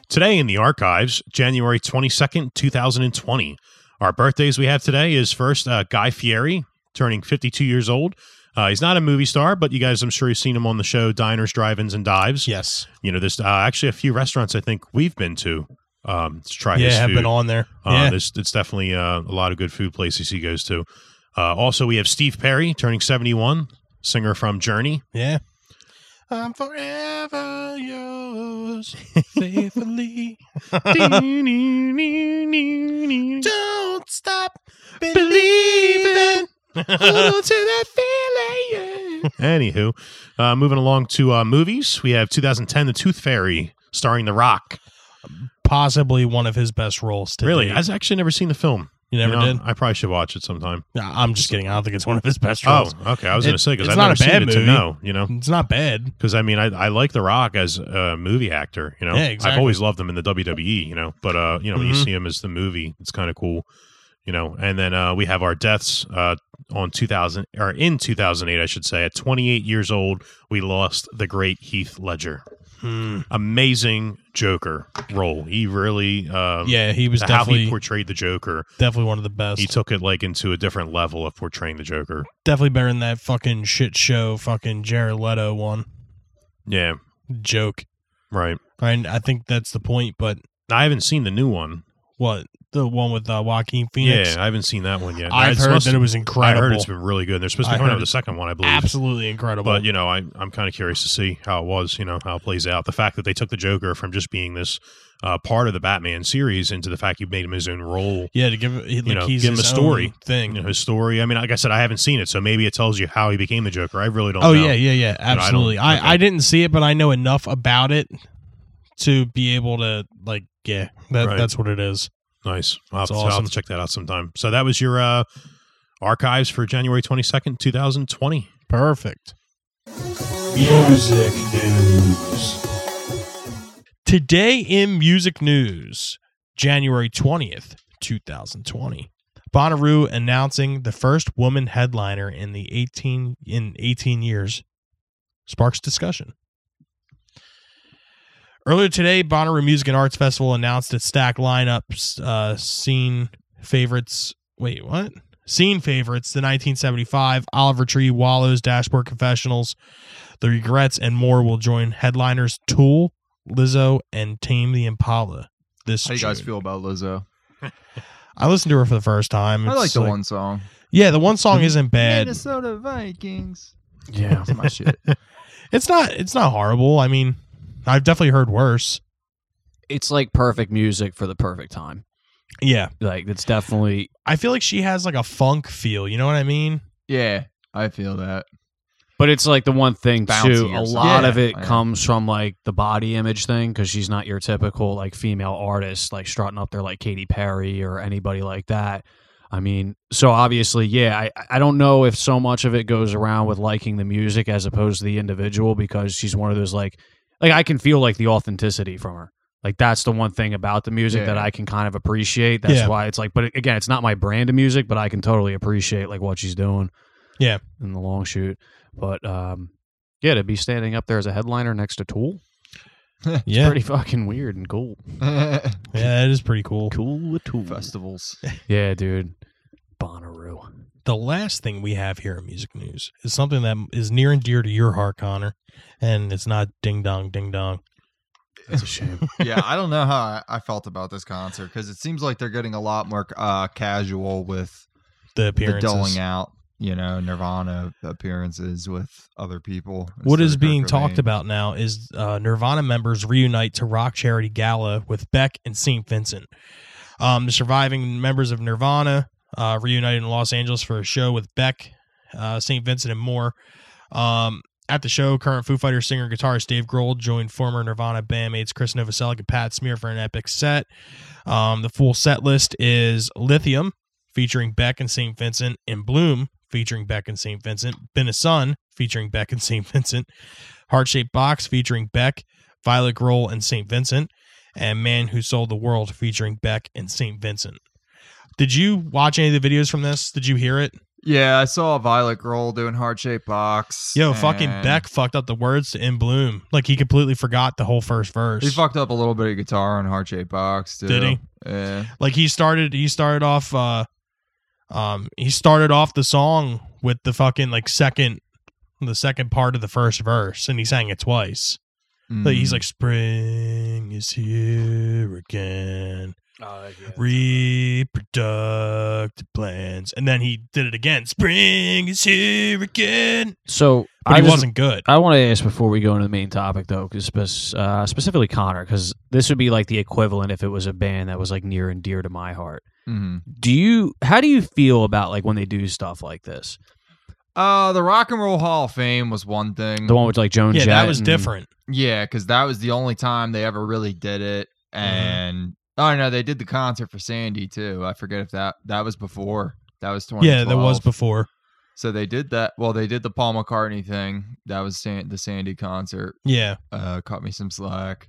S5: Today in the archives, January 22nd, 2020. Our birthdays we have today is first uh, Guy Fieri, turning 52 years old. Uh, he's not a movie star, but you guys, I'm sure you've seen him on the show Diners, Drive-Ins, and Dives.
S2: yes,
S5: You know, there's uh, actually a few restaurants I think we've been to um, to try
S2: yeah,
S5: his
S2: have
S5: food.
S2: been on there.
S5: Uh,
S2: yeah,
S5: there's, it's definitely uh, a lot of good food places he goes to. Uh, also, we have Steve Perry, turning 71, singer from Journey.
S2: yeah. I'm forever yours, faithfully. Don't stop believing.
S5: Anywho, uh, moving along to uh, movies, we have 2010, The Tooth Fairy, starring The Rock.
S2: Possibly one of his best roles. To
S5: Really,
S2: date.
S5: I've actually never seen the film.
S2: you never
S5: You know,
S2: did.
S5: I probably should watch it sometime.
S2: Nah, I'm just kidding. I don't think it's one of his best
S5: Oh,
S2: roles.
S5: okay. I was
S2: It-
S5: going to say because
S2: it's
S5: I've
S2: not
S5: never
S2: a bad
S5: seen it to
S2: movie.
S5: know. You know,
S2: It's not bad.
S5: because I mean, I, I like The Rock as a movie actor. You know,
S2: Yeah,
S5: I've
S2: exactly.
S5: always loved him in the WWE. You know, but uh, you know, when you
S2: Mhm.
S5: see him as the movie, it's kind of cool. You know, and then uh, we have our deaths uh, on 2000 or in 2008, I should say. At 28 years old, we lost the great Heath Ledger.
S2: Hmm.
S5: Amazing Joker role. He really, um,
S2: Yeah, he was
S5: how he
S2: definitely
S5: portrayed the Joker.
S2: definitely one of the best.
S5: He took it like into a different level of portraying the Joker.
S2: definitely better than that fucking shit show, fucking Jared Leto one
S5: Yeah,
S2: joke.
S5: right.
S2: I I think that's the point, but
S5: I haven't seen the new one.
S2: What the one with uh, Joaquin Phoenix?
S5: Yeah, I haven't seen that one yet.
S2: I've
S5: It's
S2: heard
S5: supposed
S2: that
S5: to-
S2: it was
S5: I
S2: incredible.
S5: heard it's been really good. They're supposed to
S2: I
S5: be coming
S2: heard
S5: out with a second one, I believe.
S2: absolutely incredible.
S5: But you know, I, I'm kind of curious to see how it was. You know, how it plays out. The fact that they took the Joker from just being this uh, part of the Batman series into the fact you made him his own role,
S2: yeah, to give it- like,
S5: know,
S2: he's
S5: give him
S2: his
S5: a story.
S2: own thing.
S5: you know, his story. I mean, like I said, I haven't seen it, so maybe it tells you how he became the Joker. I really don't.
S2: Oh
S5: know.
S2: yeah, yeah, yeah,
S5: I don't-
S2: absolutely. I,
S5: okay.
S2: I, didn't see it, but I know enough about it to be able to like, yeah, that
S5: Right.
S2: that's what it is.
S5: Nice. I'll have,
S2: That's
S5: to, I'll have
S2: awesome.
S5: to check that out sometime. So that was your uh, archives for January 22nd, 2020.
S2: Perfect.
S1: Music news.
S2: Today in music news, January 20th, 2020. Bonnaroo announcing the first woman headliner in the 18 in 18 years sparks discussion. Earlier today, Bonnaroo Music and Arts Festival announced its stack lineups uh scene favorites. Wait, what? Scene favorites, the 1975, Oliver Tree, Wallows, Dashboard Confessionals, The Regrets, and more will join headliners Tool, Lizzo, and Tame the Impala. This
S3: How you guys
S2: June.
S3: feel about Lizzo?
S2: I listened to her for the first time.
S3: I
S2: It's
S3: like the one song.
S2: Yeah, the one song isn't bad.
S3: Minnesota Vikings.
S4: Yeah.
S3: That's my shit.
S2: It's not. It's not horrible. I mean, I've definitely heard worse.
S4: It's like perfect music for the perfect time.
S2: Yeah,
S4: Like it's definitely
S2: I feel like she has like a funk feel. You know what I mean?
S3: Yeah, I feel that.
S4: But it's like the one thing
S3: Bouncy
S4: too.
S3: or
S4: A
S3: something.
S4: lot
S3: Yeah,
S4: of it
S3: yeah.
S4: comes from like the body image thing because she's not your typical like female artist, like strutting up there like Katy Perry or anybody like that. I mean, so obviously, yeah, I, I don't know if so much of it goes around with liking the music as opposed to the individual because she's one of those like, like I can feel like the authenticity from her. Like that's the one thing about the music that
S3: Yeah.
S4: I can kind of appreciate. That's
S2: Yeah.
S4: why it's like, but again, it's not my brand of music, but I can totally appreciate like what she's doing.
S2: Yeah.
S4: In the long shoot. But um, yeah, to be standing up there as a headliner next to Tool,
S2: Yeah,
S4: pretty fucking weird and cool.
S2: yeah, it is pretty cool.
S4: Cool with Tool.
S3: Festivals.
S4: Yeah, dude. Bonnaroo.
S2: The last thing we have here in music news is something that is near and dear to your heart, Connor, and it's not ding dong, ding dong.
S4: That's a shame.
S3: yeah, I don't know how I, I felt about this concert because it seems like they're getting a lot more uh, casual with
S2: The
S3: the
S2: appearances.
S3: doling out, you know, Nirvana appearances with other people.
S2: What
S3: instead
S2: is
S3: of Kurt
S2: being talked
S3: Cobain.
S2: about now is uh, Nirvana members reunite to rock charity gala with Beck and St. Vincent. Um, the surviving members of Nirvana uh, reunited in Los Angeles for a show with Beck, uh, St. Vincent, and more. Um, at the show, current Foo Fighters singer and guitarist Dave Grohl joined former Nirvana bandmates Chris Novoselic and Pat Smear for an epic set. Um, the full set list is Lithium featuring Beck and St. Vincent, and Bloom featuring Beck and St. Vincent, Been a Sun featuring Beck and St. Vincent, Heart Shaped Box featuring Beck, Violet Grohl, and St. Vincent, and Man Who Sold the World featuring Beck and St. Vincent. Did you watch any of the videos from this? Did you hear it?
S3: Yeah, I saw Violet Girl doing heart shaped box.
S2: Yo, fucking
S3: and
S2: Beck fucked up the words to In Bloom. Like he completely forgot the whole first verse.
S3: He fucked up a little bit of guitar on heart shaped box. Too.
S2: Did he?
S3: Yeah.
S2: like he started he started off uh um he started off the song with the fucking like second the second part of the first verse and he sang it twice Like, he's
S3: Mm.
S2: like spring is here again reproductive plans and then he did it again spring is here again
S4: So
S2: but
S4: I
S2: he
S4: just-
S2: wasn't good
S4: I want to ask before we go into the main topic though, because uh, specifically Connor, because this would be like the equivalent if it was a band that was like near and dear to my heart.
S3: Mhm.
S4: Do you? How do you feel about like when they do stuff like this?
S3: Uh, the Rock and Roll Hall of Fame was one thing.
S4: The one with like Joan
S2: yeah
S4: Jett.
S2: that was
S4: and-
S2: different
S3: Yeah, because that was the only time they ever really did it.
S2: Mm-hmm.
S3: And oh no, they did the concert for Sandy too. I forget if that that was before. That was twenty.
S2: yeah that was before
S3: So they did that. Well, they did the Paul McCartney thing. That was San- the Sandy concert.
S2: yeah
S3: Uh, Cut me some slack,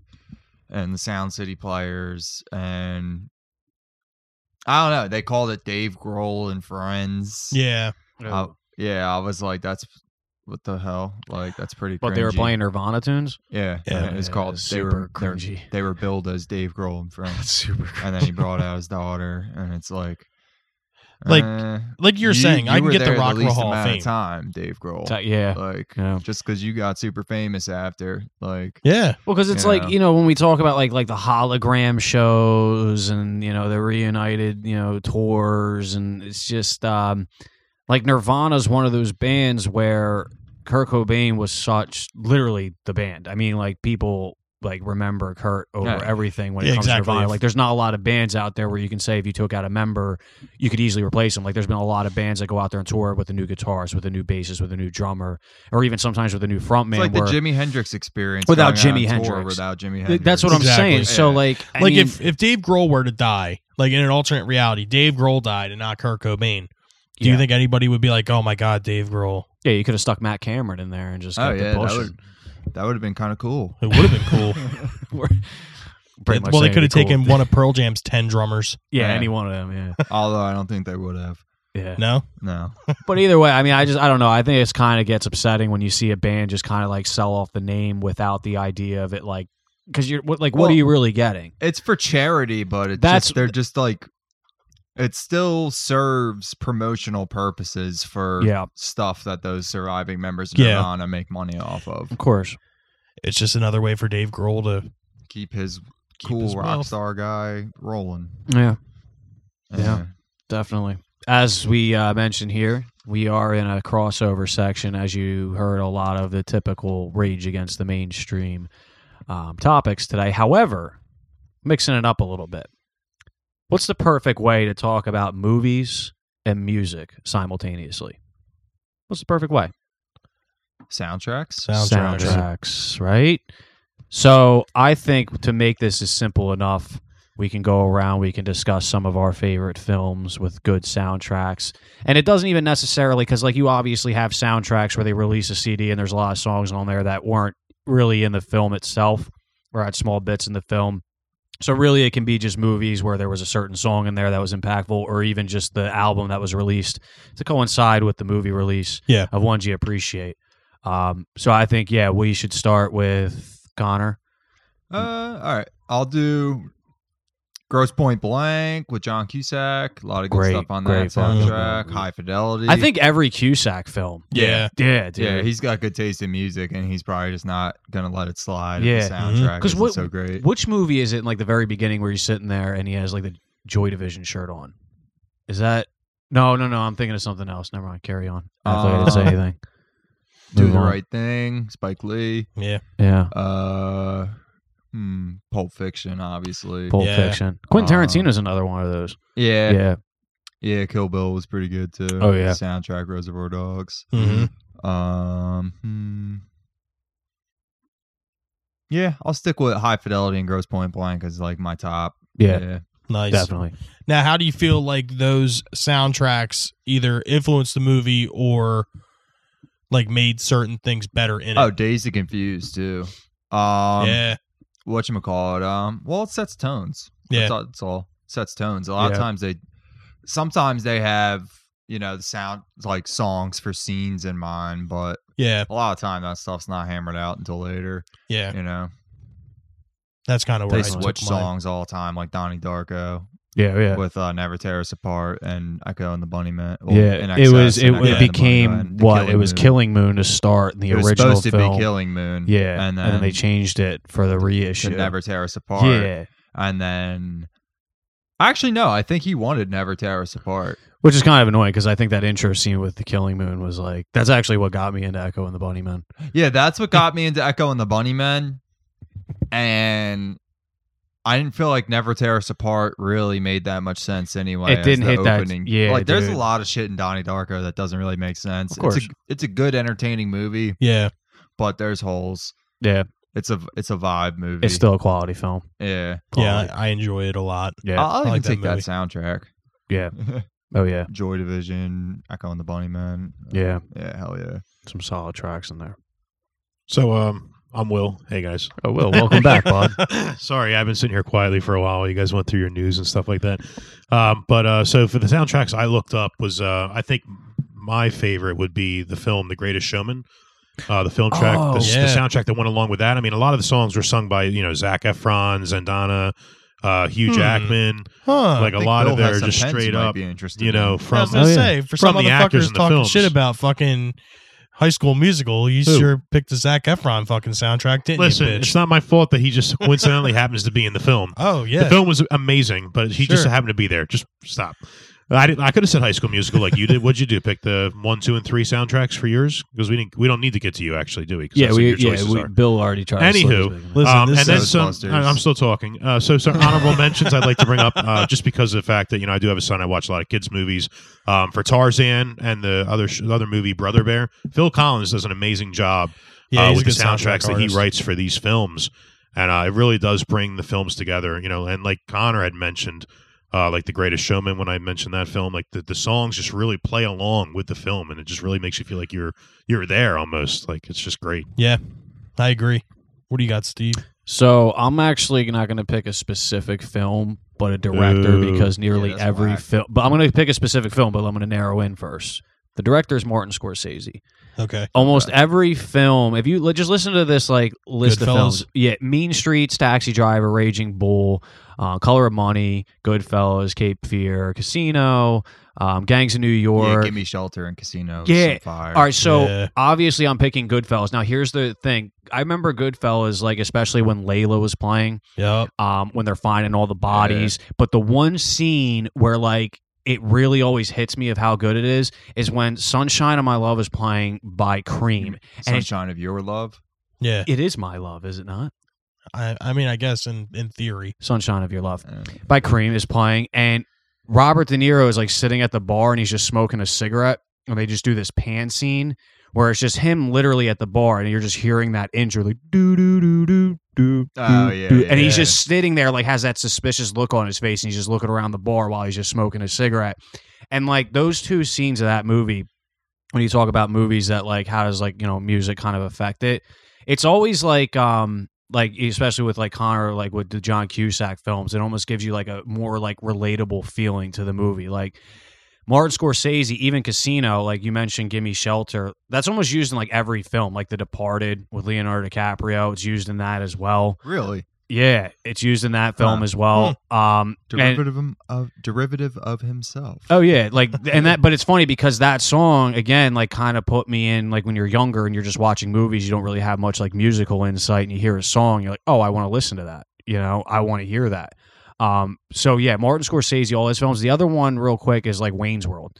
S3: and the Sound City Players, and I don't know. They called it Dave Grohl and Friends.
S2: yeah
S3: I- yeah. I was like, that's what the hell. Like that's pretty.
S4: But they were
S3: cringy.
S4: playing Nirvana tunes.
S3: Yeah,
S2: Yeah.
S3: and it was
S4: Yeah,
S3: called.
S4: it's
S3: They were
S4: super
S3: they were-
S4: cringy.
S3: They were billed as Dave Grohl and Friends,
S4: super.
S3: and then he brought out his daughter, and it's like,
S2: Like-
S3: Eh,
S2: Like you're
S3: you-
S2: saying,
S3: you
S2: I can
S3: were
S2: get the
S3: there
S2: Rock and
S3: least
S2: Roll Hall of
S3: amount
S2: Fame.
S3: time, Dave Grohl.
S4: Ta- yeah.
S3: Like
S4: Yeah.
S3: just because you got super famous after, like
S2: Yeah,
S4: Well, because it's
S3: You
S4: like
S3: know.
S4: you know when we talk about like like the hologram shows and you know the reunited you know tours and it's just um like Nirvana's one of those bands where Kurt Cobain was such literally the band. I mean, like people like remember Kurt over
S3: Yeah.
S4: everything when it
S2: Yeah,
S4: comes
S2: exactly.
S4: to Nirvana. Like, there's not a lot of bands out there where you can say if you took out a member, you could easily replace them. Like, there's been a lot of bands that go out there and tour with a new guitarist, with a new bassist, with a new drummer, or even sometimes with a new frontman.
S3: it's like the
S4: where-
S3: Jimi Hendrix experience
S4: Without
S3: going on
S4: Jimi
S3: tour
S4: Hendrix.
S3: Without Jimi
S4: Th-
S3: Hendrix,
S4: That's what I'm
S2: Exactly.
S4: saying. So
S3: Yeah.
S4: like, I
S2: like
S4: mean,
S2: if if Dave Grohl were to die, like in an alternate reality, Dave Grohl died and not Kurt Cobain. Do you
S4: Yeah.
S2: think anybody would be like, "Oh my God, Dave Grohl"?
S4: yeah, you could have stuck Matt Cameron in there and just
S3: Oh
S4: kept
S3: yeah,
S4: it
S3: that
S4: pushing.
S3: would that would have been kind of cool.
S2: It would have been cool.
S4: Pretty much
S2: well, they
S4: saying
S2: could have
S4: it'd be
S2: taken
S4: cool.
S2: one of Pearl Jam's ten drummers.
S4: yeah,
S3: Yeah.
S4: any one of them.
S3: Although I don't think they would have.
S4: Yeah, yeah.
S2: No,
S3: No,
S4: But either way, I mean, I just I don't know. I think it's kind of gets upsetting when you see a band just kind of like sell off the name without the idea of it, like because you're what, like, what are
S3: Well,
S4: you really getting?
S3: it's for charity, but it's
S4: That's-
S3: just, they're just like it still serves promotional purposes for
S4: Yeah,
S3: stuff that those surviving members of
S2: Yeah.
S3: Nirvana make money off of.
S4: of course.
S2: it's just another way for Dave Grohl to
S3: Keep his
S2: keep
S3: cool
S2: his
S3: rock
S2: wealth.
S3: star guy rolling. Uh,
S4: Yeah,
S3: Yeah.
S4: Definitely. As we uh, mentioned here, we are in a crossover section. As you heard, a lot of the typical rage against the mainstream um, topics today. However, mixing it up a little bit. What's the perfect way to talk about movies and music simultaneously? What's the perfect way?
S3: Soundtracks.
S2: soundtracks.
S4: Soundtracks, right? So I think to make this as simple enough, we can go around, we can discuss some of our favorite films with good soundtracks. And it doesn't even necessarily, because like you obviously have soundtracks where they release a CD and there's a lot of songs on there that weren't really in the film itself or had small bits in the film. So really, it can be just movies where there was a certain song in there that was impactful, or even just the album that was released to coincide with the movie release
S2: Yeah.
S4: of ones you appreciate. Um, so I think yeah, we should start with Connor.
S3: Uh, all right. I'll do Gross Point Blank with John Cusack. A lot of good
S4: Great,
S3: stuff on
S4: great
S3: that
S4: film.
S3: soundtrack. High Fidelity.
S4: I think every Cusack film.
S2: Yeah.
S4: Yeah, dude.
S3: Yeah, he's got good taste in music, and he's probably just not gonna let it slide.
S4: Yeah. mm-hmm.
S3: Yeah, the
S2: Mhm.
S3: soundtrack
S4: 'Cause
S3: isn't
S4: what-
S3: so great.
S4: Which movie is it in like the very beginning where he's sitting there and he has like the Joy Division shirt on? Is that no, no, no, I'm thinking of something else. Never mind, carry on. I thought I didn't say
S3: Uh,
S4: anything.
S3: Do
S4: Move
S3: the
S4: on.
S3: right thing. Spike Lee.
S2: Yeah,
S4: Yeah.
S3: Uh, hmm, Pulp Fiction, obviously.
S4: Pulp
S2: Yeah.
S4: Fiction. Quentin
S3: Uh,
S4: Tarantino's another one of those.
S3: yeah, yeah,
S4: Yeah.
S3: Kill Bill was pretty good too.
S4: Oh, yeah. Mm-hmm.
S3: Soundtrack Reservoir Dogs.
S2: hmm
S3: Um. hmm. Yeah, I'll stick with High Fidelity and Gross Point Blank as like my top.
S4: Yeah.
S2: nice.
S4: Definitely.
S2: Now, how do you feel like those soundtracks either influenced the movie or like made certain things better in it?
S3: Oh, Daisy Confused too. Um,
S2: yeah,
S3: what you call it? Um, well, it sets tones.
S2: Yeah.
S3: that's all. That's all. Sets tones. A lot
S4: Yeah.
S3: of times they, sometimes they have you know the sound like songs for scenes in mind, but
S2: yeah,
S3: a lot of time that stuff's not hammered out until later.
S2: yeah.
S3: You know,
S2: That's kind of where
S3: they
S2: I took
S3: switch
S2: mine.
S3: songs all the time, like Donnie Darko.
S4: Yeah, yeah.
S3: with uh, Never Tear Us Apart and Echo and the Bunnymen.
S4: yeah, it was it,
S2: Echo
S4: it
S2: and the
S4: became what it was Killing Moon to start in the
S3: It was
S4: original
S3: supposed
S4: film.
S3: to be Killing Moon.
S4: Yeah,
S3: and then,
S4: they changed it for the
S3: to
S4: reissue.
S3: Never Tear Us Apart.
S4: yeah,
S3: and then actually no, I think he wanted Never Tear Us Apart.
S4: which is kind of annoying because I think that intro scene with the Killing Moon was like that's actually what got me into Echo and the Bunnymen.
S3: Yeah, that's what got me into Echo and the Bunnymen, and. I didn't feel like Never Tear Us Apart really made that much sense anyway.
S4: It
S3: as
S4: didn't
S3: the
S4: hit that-
S3: opening.
S4: yeah,
S3: like there's a
S4: dude.
S3: lot of shit in Donnie Darko that doesn't really make sense.
S4: Of course.
S3: it's a, it's a good, entertaining movie,
S2: Yeah,
S3: but there's holes.
S4: Yeah,
S3: It's a it's a vibe movie.
S4: it's still a quality film.
S3: yeah.
S2: yeah.
S4: Quality.
S2: I, I enjoy it a lot.
S4: yeah,
S3: I'll, I'll even
S2: like that
S3: take that
S2: movie.
S3: soundtrack.
S4: yeah. Oh yeah,
S3: Joy Division, Echo and the Bunnymen.
S4: yeah.
S3: Yeah, hell yeah.
S4: Some solid tracks in there.
S5: So um, I'm Will. Hey guys.
S4: Oh well, welcome back, bud.
S5: Sorry, I've been sitting here quietly for a while. You guys went through your news and stuff like that. Um, but uh, so for the soundtracks I looked up was uh, I think my favorite would be the film The Greatest Showman. Uh, the film track,
S4: Oh,
S5: the, s- the
S2: yeah.
S5: soundtrack that went along with that. I mean, a lot of the songs were sung by you know Zach Efron, Zendana, uh, Hugh
S2: Hmm.
S5: Jackman.
S2: Huh.
S5: Like
S3: I
S5: a
S3: think
S5: lot
S3: Bill
S5: of there
S3: has
S5: are
S3: some
S5: just
S3: pens he
S5: straight
S3: might
S5: up,
S3: be interested
S5: you
S3: in.
S5: know,
S2: I
S5: from
S2: was gonna
S4: Oh, yeah.
S2: say for
S5: From
S2: some
S5: the actors
S2: motherfuckers
S5: in the
S2: talking
S5: films.
S2: shit about fucking High School Musical, you
S5: Who?
S2: sure picked the Zac Efron fucking soundtrack, didn't
S5: Listen,
S2: you, bitch?
S5: it's not my fault that he just coincidentally happens to be in the film.
S2: oh yeah,
S5: The film was amazing, but he just
S2: Sure.
S5: happened to be there. Just stop. I did, I could have said High School Musical like you did. What'd you do? Pick the one, two, and three soundtracks for yours because we didn't. We don't need to get to you actually, do we? 'Cause
S4: Yeah,
S5: that's what
S4: we,
S5: your
S4: yeah
S5: choices
S4: we,
S5: are.
S4: Bill already tried. to
S5: Anywho,
S4: slip his thing in.
S2: Listen,
S5: um, and
S2: this
S5: then
S3: is-
S5: some.
S3: Monsters.
S5: I- I'm still talking. Uh, so, some honorable mentions I'd like to bring up, uh, just because of the fact that you know I do have a son. I watch a lot of kids' movies. Um, for Tarzan and the other sh- the other movie, Brother Bear, Phil Collins does an amazing job
S2: yeah,
S5: uh,
S2: he's a
S5: with the
S2: good
S5: soundtracks that he
S2: artist.
S5: writes for these films, and uh, it really does bring the films together. You know, and like Connor had mentioned, uh, like The Greatest Showman, when I mentioned that film, like the, the songs just really play along with the film, and it just really makes you feel like you're you're there almost. Like it's just great.
S2: Yeah, I agree. What do you got, Steve?
S4: So I'm actually not going to pick a specific film, but a director
S5: Ooh.
S4: because nearly
S3: that's
S4: every
S3: whack.
S4: film. But I'm going to pick a specific film, but I'm going to narrow in first. The director is Martin Scorsese.
S2: Okay,
S4: Almost every film, if you li- just listen to this like list of
S2: Goodfellas.
S4: films, yeah, Mean Streets, Taxi Driver, Raging Bull, uh, Color of Money, Goodfellas, Cape Fear, Casino, um, Gangs of New
S3: yeah,
S4: York,
S3: give me shelter and casino.
S4: Yeah.
S3: some fire.
S4: all right, so
S2: Yeah.
S4: obviously I'm picking Goodfellas. Now here's the thing: I remember Goodfellas, like especially when Layla was playing,
S2: yep.
S4: um, when they're finding all the bodies. But the one scene where like it really always hits me of how good it is is when "Sunshine of My Love" is playing by Cream,
S3: Mm-hmm.
S4: and it,
S3: sunshine of your love.
S2: Yeah,
S4: it is my love, is it not?
S2: I, I mean, I guess in in theory,
S4: "Sunshine of Your Love"
S3: Uh,
S4: by Cream is playing, and Robert De Niro is like sitting at the bar and he's just smoking a cigarette, and they just do this pan scene where it's just him literally at the bar, and you're just hearing that intro like doo doo doo doo doo.
S3: Oh,
S4: doo,
S3: yeah,
S4: doo. and he's
S2: yeah.
S4: just sitting there like has that suspicious look on his face, and he's just looking around the bar while he's just smoking a cigarette, and like those two scenes of that movie when you talk about movies that like how does like you know music kind of affect it it's always like um like especially with like connor like with the john cusack films it almost gives you like a more like relatable feeling to the movie like martin scorsese even casino like you mentioned gimme shelter that's almost used in like every film like the departed with leonardo dicaprio it's used in that as well
S3: really
S4: yeah it's used in that film
S3: Huh.
S4: as well um and-
S3: derivative of- of derivative of himself.
S4: Oh yeah, like and that but it's funny because that song again like kind of put me in like when you're younger and you're just watching movies you don't really have much like musical insight and you hear a song you're like, "Oh, I want to listen to that." You know, I want to hear that. Um so yeah, Martin Scorsese all his films. The other one real quick is like Wayne's World.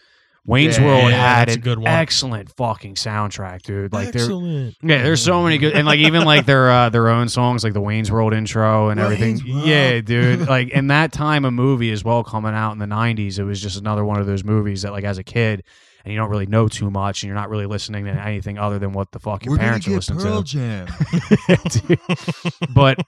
S4: Wayne's
S3: Yeah,
S4: World
S2: yeah,
S4: had
S2: that's a
S4: an
S2: good one.
S4: excellent fucking soundtrack, dude. Like there
S2: excellent.
S4: yeah, there's so many good, and like even like their uh, their own songs, like the Wayne's World intro and everything.
S3: Wayne's World.
S4: Yeah, dude. Like in that time, a movie as well coming out in the '90s, it was just another one of those movies that, like, as a kid, and you don't really know too much, and you're not really listening to anything other than what the fuck your
S3: We're gonna
S4: parents are
S3: get
S4: listening
S3: Pearl
S4: to.
S3: Jam.
S4: But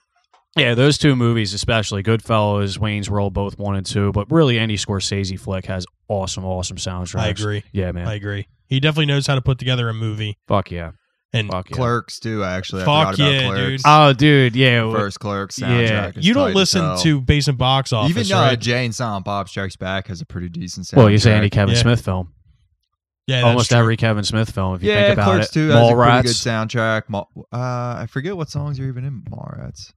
S4: yeah, those two movies, especially Goodfellas, Wayne's World, both one and two, but really any Scorsese flick has awesome, awesome soundtracks.
S2: I agree.
S4: Yeah, man.
S2: I agree. He definitely knows how to put together a movie.
S4: fuck yeah.
S2: And
S4: Fuck yeah.
S3: Clerks too. Actually, I
S2: Fuck
S3: forgot
S2: yeah,
S3: about Clerks.
S2: dude.
S4: Oh, dude. Yeah.
S3: First Clerks
S4: Yeah.
S3: soundtrack. is
S2: you
S3: tight
S2: don't
S3: as
S2: listen
S3: hell.
S2: to basement box office,
S3: even uh,
S2: right?
S3: Jay and Silent Bob Strikes Back has a pretty decent soundtrack.
S4: Well, you say any Kevin
S2: Yeah.
S4: Smith film.
S2: yeah, that's
S4: almost
S2: true.
S4: every Kevin Smith film. If you
S3: yeah,
S4: think about
S3: Clerks
S4: it,
S3: too has a pretty good
S4: Mallrats.
S3: soundtrack. Ma- uh, I forget what songs are even in Mallrats.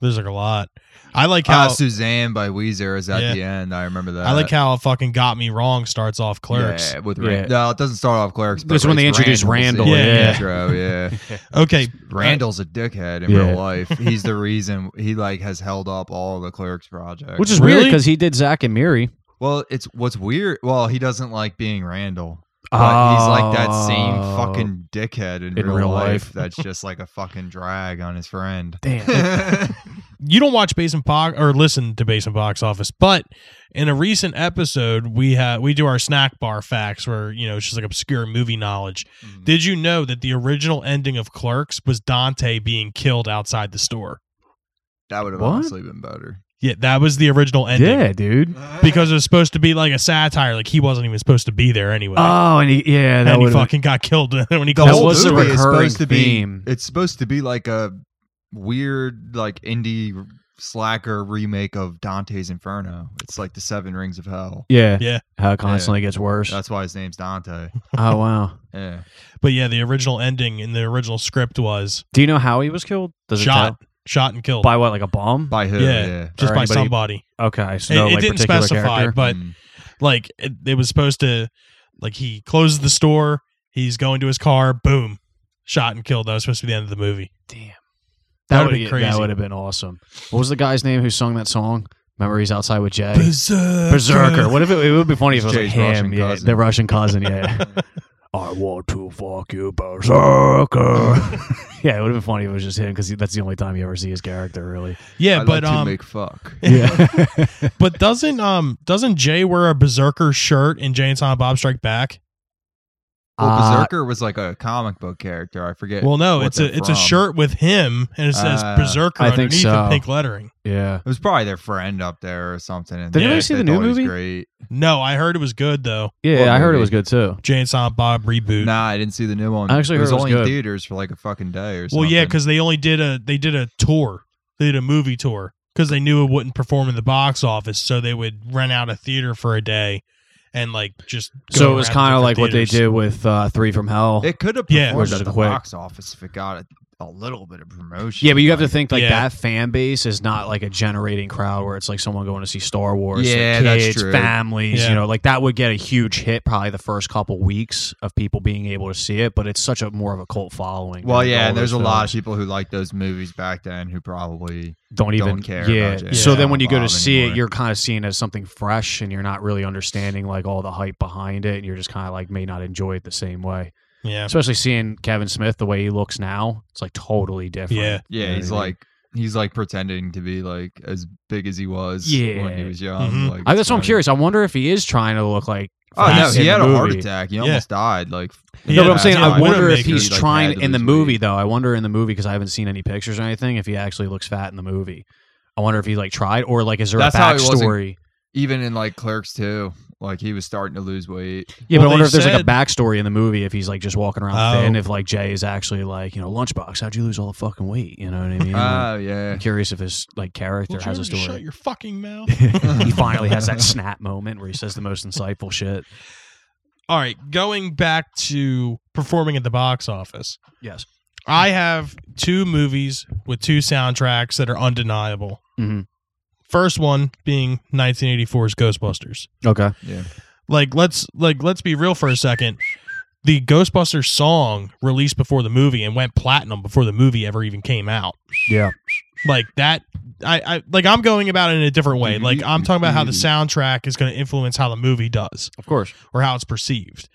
S2: There's like a lot. I like how
S3: Uh, Suzanne by Weezer is at
S2: Yeah.
S3: the end. I remember that.
S2: I like how it fucking got me wrong starts off clerks.
S3: Uh, Yeah, with
S4: Yeah.
S3: Rand- no, it doesn't start off Clerks. But
S4: It's when they introduced
S3: Randall's
S2: Randall,
S3: in
S2: yeah.
S3: the intro, yeah.
S2: Okay,
S3: Randall's a dickhead in
S4: Yeah.
S3: real life. He's the reason he like has held up all the Clerks projects.
S4: which is
S2: Really?
S4: weird because he did Zach and Miri.
S3: well, it's what's weird. Well, he doesn't like being Randall. But he's like that same
S4: Oh.
S3: fucking dickhead in, real, life that's just like a fucking drag on his friend.
S4: Damn.
S2: you don't watch basement box or listen to basement box office, but in a recent episode we have we do our snack bar facts where you know it's just like obscure movie knowledge. Did you know that the original ending of Clerks was Dante being killed outside the store?
S3: that would have
S4: What?
S3: honestly been better.
S2: Yeah, that was the original ending.
S4: yeah, dude.
S2: Because it was supposed to be like a satire, like he wasn't even supposed to be there anyway.
S4: Oh, and he, yeah, that
S2: and he
S4: would
S2: fucking got killed when he
S3: Uh, the
S4: That
S2: called
S3: whole
S4: was a
S3: movie is
S4: recurring
S3: supposed to be
S4: theme.
S3: it's supposed to be like a weird like indie slacker remake of Dante's Inferno. It's like the Seven Rings of Hell.
S4: yeah,
S2: Yeah.
S4: How it constantly gets worse.
S3: That's why his name's Dante.
S4: oh wow.
S3: Yeah.
S2: But yeah, the original ending in the original script was
S4: Do you know how he was killed? Does
S2: shot.
S4: it
S2: shot and killed.
S4: By what, like a bomb?
S3: By who?
S2: Yeah.
S3: Yeah.
S2: just
S4: or
S2: by
S4: anybody-
S2: somebody.
S4: okay, so
S2: It-
S4: no,
S2: it
S4: like,
S2: didn't
S4: particular
S2: specify,
S4: character. Hmm.
S2: but
S3: Mm.
S2: like it, it was supposed to like he closes the store he's going to his car boom shot and killed that was supposed to be the end of the movie
S4: damn,
S2: That
S4: would
S2: would've been
S4: That
S2: crazy.
S4: would have been awesome. What was the guy's name who sung that song? Memories outside with Jay.
S2: berserker,
S4: Berserker. What if it, it would be funny if it was like
S3: Jay's
S4: him,
S3: Russian
S4: yeah,
S3: cousin.
S4: the Russian cousin, yeah. I want to fuck you, Berserker. yeah, it would have been funny if it was just him because that's the only time you ever see his character, really.
S2: yeah
S3: I like
S2: but
S3: to
S2: um
S3: make fuck.
S4: Yeah,
S2: but doesn't um doesn't jay wear a berserker shirt in jay and Silent bob strike back
S3: Well,
S4: Uh,
S3: Berserker was like a comic book character. I forget.
S2: well no
S3: what
S2: it's a
S3: they're
S2: it's a
S3: from.
S2: shirt with him and it says
S3: Uh,
S2: berserker
S4: I think
S2: underneath
S4: so.
S2: in pink lettering
S4: yeah.
S3: It was probably their friend up there or something. And
S4: Did
S2: anybody
S3: they-
S4: see
S3: they
S4: the new
S3: thought it was
S4: movie?
S3: Great.
S2: no i heard it was good though
S4: Yeah,
S3: What
S4: I heard it
S3: movie?
S4: was good too.
S2: jay and Silent bob reboot
S3: Nah, I didn't see the new one.
S4: I actually
S3: it was
S4: heard it was
S3: only
S4: good.
S3: in theaters for like a fucking day or something.
S2: well yeah because they only did a they did a tour they did a movie tour because they knew it wouldn't perform in the box office so they would rent out a theater for a day and like just go
S4: So it was
S2: around
S4: kind of
S2: different
S4: like what they
S2: theaters.
S4: did with uh, Three from Hell.
S3: it could have
S2: Yeah.
S3: performed
S4: Where's
S3: at
S4: that
S3: the
S4: quick?
S3: box office if it got a, a little bit of promotion.
S4: yeah, but you have to
S3: like-
S4: think like
S2: Yeah.
S4: that fan base is not like a generating crowd where it's like someone going to see Star Wars. their
S3: Yeah, that's
S4: kids,
S3: true.
S4: families,
S2: Yeah.
S4: you know, like that would get a huge hit probably the first couple weeks of people being able to see it. But it's such a more of a cult following.
S3: Well,
S4: than
S3: yeah,
S4: all
S3: and there's a
S4: those
S3: lot
S4: films.
S3: of people who liked those movies back then who probably
S4: don't even
S3: don't care
S4: Yeah.
S3: about Jay
S4: So
S2: and
S4: then when you go to
S3: Silent Bob
S4: see it,
S3: anymore.
S4: you're kind of seeing it as something fresh, and you're not really understanding like all the hype behind it, and you're just kind of like may not enjoy it the same way.
S2: yeah
S4: Especially seeing Kevin Smith the way he looks now, it's like totally different.
S2: Yeah.
S4: You know
S3: yeah,
S4: what I
S3: he's
S4: mean?
S3: like he's like pretending to be like as big as he was when he
S4: Yeah.
S3: was
S2: Mhm.
S3: young. Like,
S4: Mm-hmm. I,
S3: it's
S4: that's what I'm
S3: funny.
S4: curious. I wonder if he is trying to look like.
S3: Oh no,
S4: Fast
S3: he
S4: in
S3: had
S4: the
S3: a heart
S4: movie.
S3: attack. He
S2: Yeah.
S3: almost died. Like
S2: Yeah,
S4: no, but I'm
S2: that's
S4: saying
S2: what
S4: I
S2: I'm
S4: wonder
S2: wondering.
S4: if he's
S2: He,
S3: like, had
S4: trying
S3: to
S4: in the
S3: lose
S4: movie
S3: weight.
S4: though. I wonder in the movie because I haven't seen any pictures or anything if he actually looks fat in the movie. I wonder if he like tried or like is there
S3: That's
S4: a
S3: how he wasn't-
S4: backstory?
S3: even in like Clerks too. Like he was starting to lose weight.
S4: Yeah,
S2: Well,
S4: but I wonder
S2: they
S4: if there's like a
S2: said-
S4: backstory in the movie if he's like just walking around
S2: Oh.
S4: thin. If like Jay is actually like you know lunchbox, how'd you lose all the fucking weight? You know what I mean?
S3: Oh
S4: Like,
S3: yeah.
S4: I'm curious if his like character
S2: Will you
S4: has a
S2: ever shut
S4: story.
S2: your fucking mouth
S4: he finally has that snap moment where he says the most insightful shit.
S2: all right going back to performing at the box office
S4: Yes.
S2: i have two movies with two soundtracks that are undeniable
S4: hmm
S2: first one being 1984's ghostbusters
S4: Okay.
S2: like let's like let's be real for a second the ghostbusters song released before the movie and went platinum before the movie ever even came out
S4: Yeah.
S2: like that i, I like i'm going about it in a different way like i'm talking about how the
S4: Mm-hmm.
S2: soundtrack is going to influence how the movie does
S4: Of course.
S2: or how it's perceived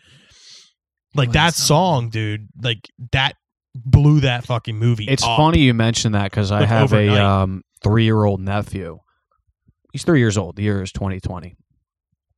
S2: like
S3: What
S2: that
S3: is that?
S2: song dude like that blew that fucking movie
S4: It's
S2: up.
S4: funny you mentioned that because I
S2: Like,
S4: have
S2: overnight.
S4: a um, three-year-old nephew. He's three years old. The year is 2020.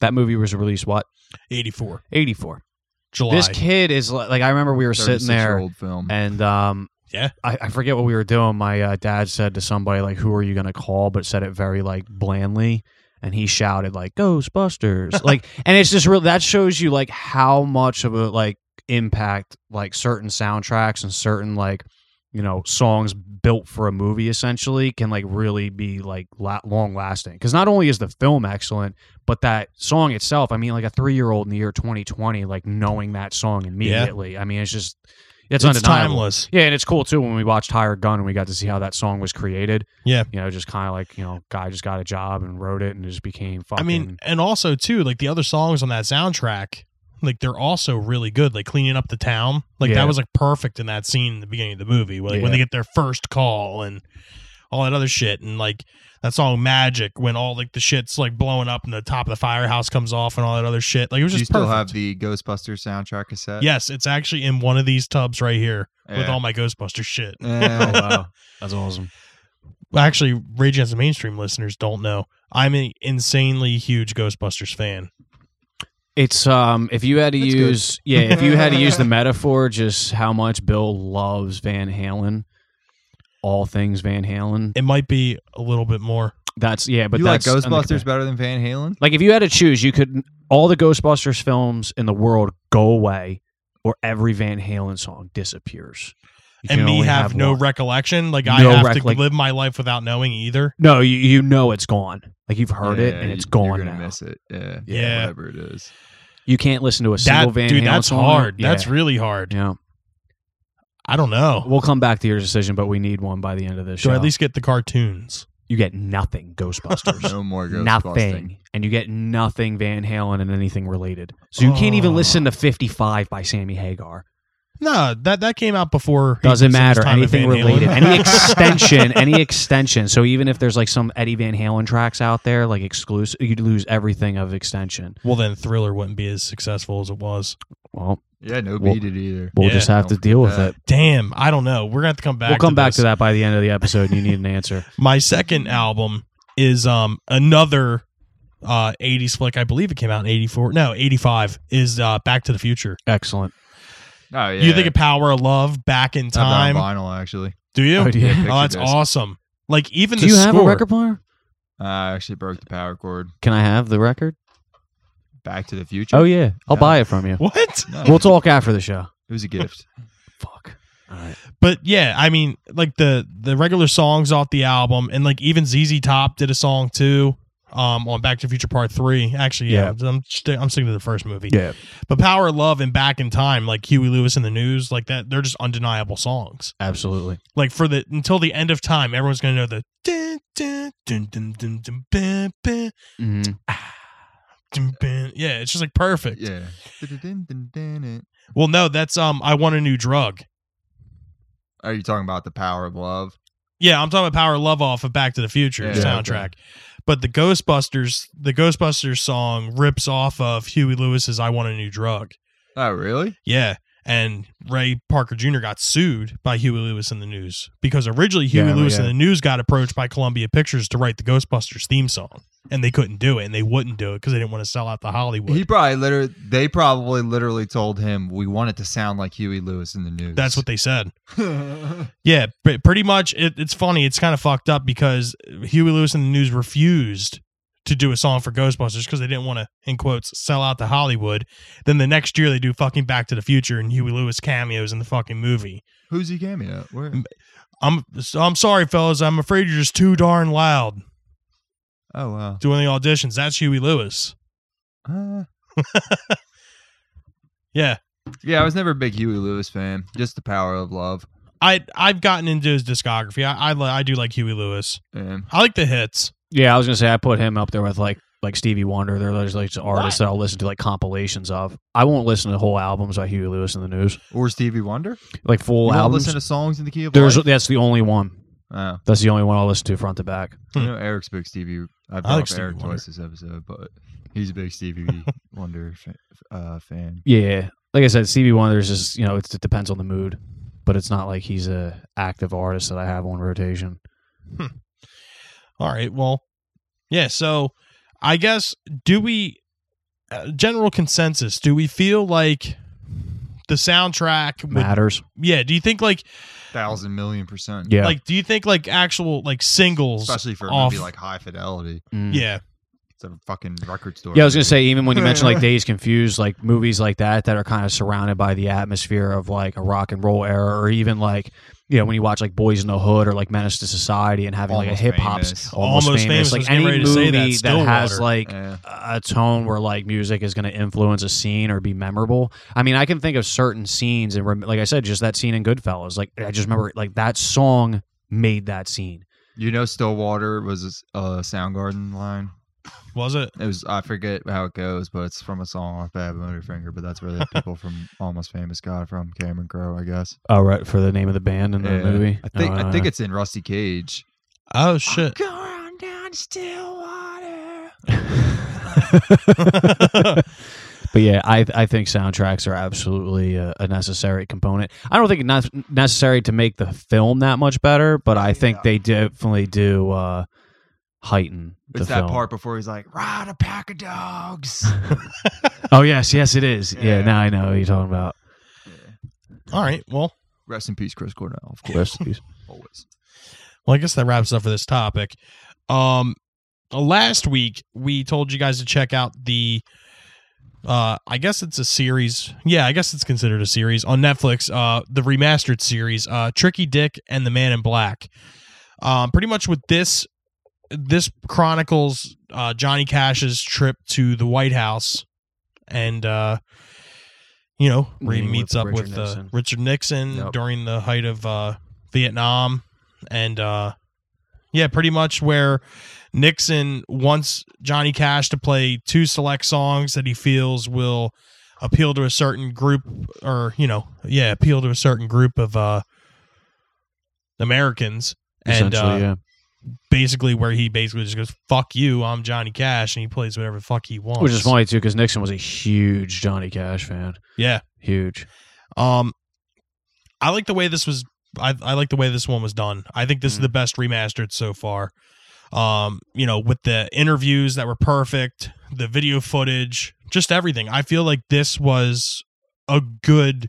S4: That movie was released what
S2: 84
S4: 84.
S2: july
S4: This kid is li- like I remember we were sitting there
S3: Old film.
S4: and um
S2: Yeah.
S4: I, I forget what we were doing. My uh, dad said to somebody like, "Who are you gonna call?" But said it very like blandly, and he shouted like "Ghostbusters!" like, and it's just real. That shows you like how much of a like impact like certain soundtracks and certain like you know songs built for a movie essentially can like really be like la- long lasting because not only is the film excellent but that song itself i mean like a three-year-old in the year 2020 like knowing that song immediately i mean it's just it's,
S2: it's,
S4: undeniable
S2: timeless
S4: yeah, and it's cool too when we watched Higher Gun and we got to see how that song was created.
S2: Yeah.
S4: You know, just kind of like, you know, guy just got a job and wrote it and just became fucking.
S2: I mean, and also too, like the other songs on that soundtrack, like they're also really good. Like cleaning up the town, like
S4: Yeah.
S2: that was like perfect in that scene in the beginning of the movie, like
S4: Yeah.
S2: when they get their first call and all that other shit, and like that song "Magic" when all like the shit's like blowing up and the top of the firehouse comes off and all that other shit. Like it was
S3: Do you
S2: just
S3: still
S2: perfect.
S3: have the Ghostbusters soundtrack cassette?
S2: yes, it's actually in one of these tubs right here with
S3: Yeah.
S2: all my Ghostbuster shit.
S3: Eh,
S4: wow. That's awesome.
S2: Actually, Rage Against the Mainstream listeners don't know. I'm an insanely huge Ghostbusters fan.
S4: It's um if you had to
S3: That's good.
S4: use yeah, if you had to use the metaphor just how much Bill loves Van Halen, all things Van Halen.
S2: It might be a little bit more.
S4: That's yeah, but
S3: you like
S4: that's
S3: Ghostbusters better than Van Halen?
S4: Like if you had to choose, you could all the Ghostbusters films in the world go away or every Van Halen song disappears. You
S2: and
S4: can
S2: me
S4: only
S2: have, no
S4: one.
S2: recollection. Like I
S4: No
S2: have
S4: rec-
S2: to
S4: like-
S2: live my life without knowing either.
S4: No, you, you know it's gone. Like you've heard it
S3: Yeah,
S4: and it's
S3: you-
S4: gone
S3: You're gonna
S4: now.
S3: miss it. Yeah.
S2: Yeah.
S3: Whatever it is.
S4: You can't listen to a single
S2: That
S4: Van
S2: dude,
S4: Halen
S2: that's
S4: song.
S2: hard.
S4: Yeah.
S2: That's really hard.
S4: yeah.
S2: I don't know.
S4: We'll come back to your decision, but we need one by the end of this
S2: Do
S4: show.
S2: I at least get the cartoons?
S4: you get nothing, Ghostbusters.
S3: No more Ghostbusting.
S4: nothing. And you get nothing Van Halen and anything related. So you can't even
S2: Oh.
S4: listen to 55 by Sammy Hagar.
S2: No, that that came out before. he
S4: Doesn't
S2: did some
S4: matter.
S2: time with
S4: Anything
S2: Van Halen.
S4: related. Any extension. Any extension. So even if there's like some Eddie Van Halen tracks out there, like exclusive, you'd lose everything of extension.
S2: well, then Thriller wouldn't be as successful as it was.
S4: Well,
S3: Yeah, no
S4: Well-
S3: beat it either.
S4: we'll
S2: Yeah,
S4: just have to
S3: don't
S4: deal with
S3: forget.
S4: it.
S2: Damn, I don't know. We're gonna have to come back.
S4: we'll come back
S2: this.
S4: to that by the end of the episode. and You need an answer.
S2: My second album is um another uh 80s flick. I believe it came out in 84. No, 85 is uh Back to the Future.
S4: Excellent.
S3: Oh yeah.
S2: You think of Power of Love, Back in
S3: I have that
S2: Time.
S3: on vinyl actually.
S2: Do you?
S4: Oh,
S2: Oh,
S4: do you-
S3: Yeah, picture
S2: that's
S3: disc.
S2: awesome. Like even
S4: Do
S2: the
S4: you have a
S2: score-
S4: record player?
S3: I actually broke the power cord.
S4: Can I have the record?
S3: Back to the Future.
S4: Oh yeah, I'll
S3: No.
S4: buy it from you.
S2: What?
S3: No,
S4: We'll talk after the show.
S3: it was a gift.
S4: Fuck. All right.
S2: But yeah, I mean, like the the regular songs off the album, and like even ZZ Top did a song too. Um, on Back to the Future Part Three, actually, yeah, I'm st- I'm sticking to the first movie.
S4: Yeah.
S2: but Power of Love and Back in Time, like Huey Lewis and the News, like that, they're just undeniable songs.
S4: Absolutely.
S2: Like for the until the end of time, everyone's gonna know the. dun, dun, dun, dun, dun, dun, dun, dun,
S4: Mhm.
S2: dun, dun. Yeah, it's just like perfect.
S3: yeah.
S2: Well, no, that's um, I want a new drug.
S3: Are you talking about the power of love?
S2: Yeah, I'm talking about Power of Love off of Back to the Future
S3: Yeah,
S2: the soundtrack. But the Ghostbusters, the Ghostbusters song rips off of Huey Lewis's "I Want a New Drug."
S3: Oh really?
S2: Yeah, and Ray Parker Jr. got sued by Huey Lewis and the News because originally Huey
S4: Yeah,
S2: Lewis
S4: yeah.
S2: and the News got approached by Columbia Pictures to write the Ghostbusters theme song, and they couldn't do it, and they wouldn't do it because they didn't want to sell out to Hollywood.
S3: He probably literally. They probably literally told him we want it to sound like Huey Lewis in the news.
S2: That's what they said.
S3: The-
S2: Yeah, pre- pretty much. It, it's funny. It's kind of fucked up because Huey Lewis and the News refused to do a song for Ghostbusters because they didn't want to, in quotes, sell out to Hollywood. Then the next year they do fucking Back to the Future and Huey Lewis cameos in the fucking movie.
S3: Who's he cameo? Where?
S2: I'm so I'm sorry, fellas. I'm afraid you're just too darn loud
S3: Oh wow.
S2: doing the auditions. That's Huey Lewis.
S3: Uh,
S2: Yeah,
S3: yeah, I was never a big Huey Lewis fan. Just the power of love.
S2: I I've gotten into his discography. I I, li- I do like Huey Lewis.
S3: Yeah.
S2: I like the hits.
S4: Yeah, I was gonna say I put him up there with like like Stevie Wonder. There- There's like artists that I'll listen to like compilations of. I won't listen to whole albums by Huey Lewis in the News,
S3: Or Stevie Wonder.
S4: like
S3: You
S4: full
S3: won't
S4: albums.
S3: listen to songs in the key of
S4: There's
S3: life.
S4: that's the only one.
S3: Oh.
S4: That's the only one I'll listen to front to back.
S3: I know Eric's big Stevie. I brought
S2: like
S3: up
S2: Stevie
S3: Eric
S2: Wonder.
S3: twice this episode, but he's a big Stevie Wonder fa- uh, fan.
S4: Yeah, like I said, Stevie Wonder's just you know it's, it depends on the mood, but it's not like he's a active artist that I have on rotation.
S2: All right. Well, yeah. So I guess do we uh, general consensus? Do we feel like the soundtrack? Would,
S4: Matters.
S2: yeah. Do you think like
S3: Thousand million percent.
S4: Yeah.
S2: like do you think like actual like singles?
S3: Especially for a
S2: off-
S3: movie like High Fidelity.
S4: Mm.
S2: yeah.
S3: It's a fucking record store.
S4: Yeah, I was gonna say even when you mentioned like Days Confused, like movies like that that are kind of surrounded by the atmosphere of like a rock and roll era, or even like you know when you watch like Boys in the Hood or like Menace to Society and having like a
S3: Almost
S4: hip hop
S3: Famous.
S4: almost,
S2: Almost Famous,
S4: famous,
S2: I was
S4: like
S2: getting
S4: any
S2: ready to say
S4: movie
S2: that.
S4: that, has
S2: Stillwater.
S4: like
S3: Yeah.
S4: a tone where like music is going to influence a scene or be memorable. I mean, I can think of certain scenes and rem- like I said, just that scene in Goodfellas. Like I just remember like that song made that scene.
S3: You know, Stillwater was a uh, Soundgarden line.
S2: Was it?
S3: It was I forget how it goes, but it's from a song off Bad Motorfinger. But that's where the people from Almost Famous got it from Cameron Crowe, I guess.
S4: Oh right, for the name of the band in the
S3: Yeah.
S4: movie. Uh,
S3: I think I think it's in Rusty Cage.
S2: Oh shit.
S3: Go on down to Stillwater.
S4: But yeah, I I think soundtracks are absolutely a, a necessary component. I don't think it's not necessary to make the film that much better, but I think they definitely do uh, heighten the
S3: It's that
S4: film.
S3: part before he's like, "Ride a pack of dogs."
S4: Oh yes, yes it is. Yeah,
S3: Yeah.
S4: now I know what you're talking about.
S2: All right. Well,
S3: Rest in peace, Chris Cornell. Of course,
S4: Rest in peace.
S3: always.
S2: well, I guess that wraps up for this topic. Um, uh, last week we told you guys to check out the. Uh, I guess it's a series. Yeah, I guess it's considered a series on Netflix. Uh, the remastered series, uh, Tricky Dick and the Man in Black. Um, pretty much with this, this chronicles uh, Johnny Cash's trip to the White House, and uh, you know, where he
S4: Meeting
S2: meets
S4: with
S2: up
S4: Richard
S2: with uh,
S4: Nixon.
S2: Richard Nixon
S4: Yep.
S2: during the height of uh, Vietnam, and uh, yeah, pretty much where Nixon wants Johnny Cash to play two select songs that he feels will appeal to a certain group, or you know, yeah, appeal to a certain group of uh, Americans, and
S4: essentially,
S2: uh,
S4: yeah.
S2: basically where he basically just goes "fuck you," I'm Johnny Cash, and he plays whatever the fuck he wants,
S4: Which is funny too, because Nixon was a huge Johnny Cash fan.
S2: Yeah,
S4: Huge.
S2: Um, I like the way this was. I, I like the way this one was done. I think this is
S3: Mm-hmm.
S4: Mhm.
S2: the best remastered so far. Um, you know, with the interviews that were perfect, the video footage, just everything. I feel like this was a good.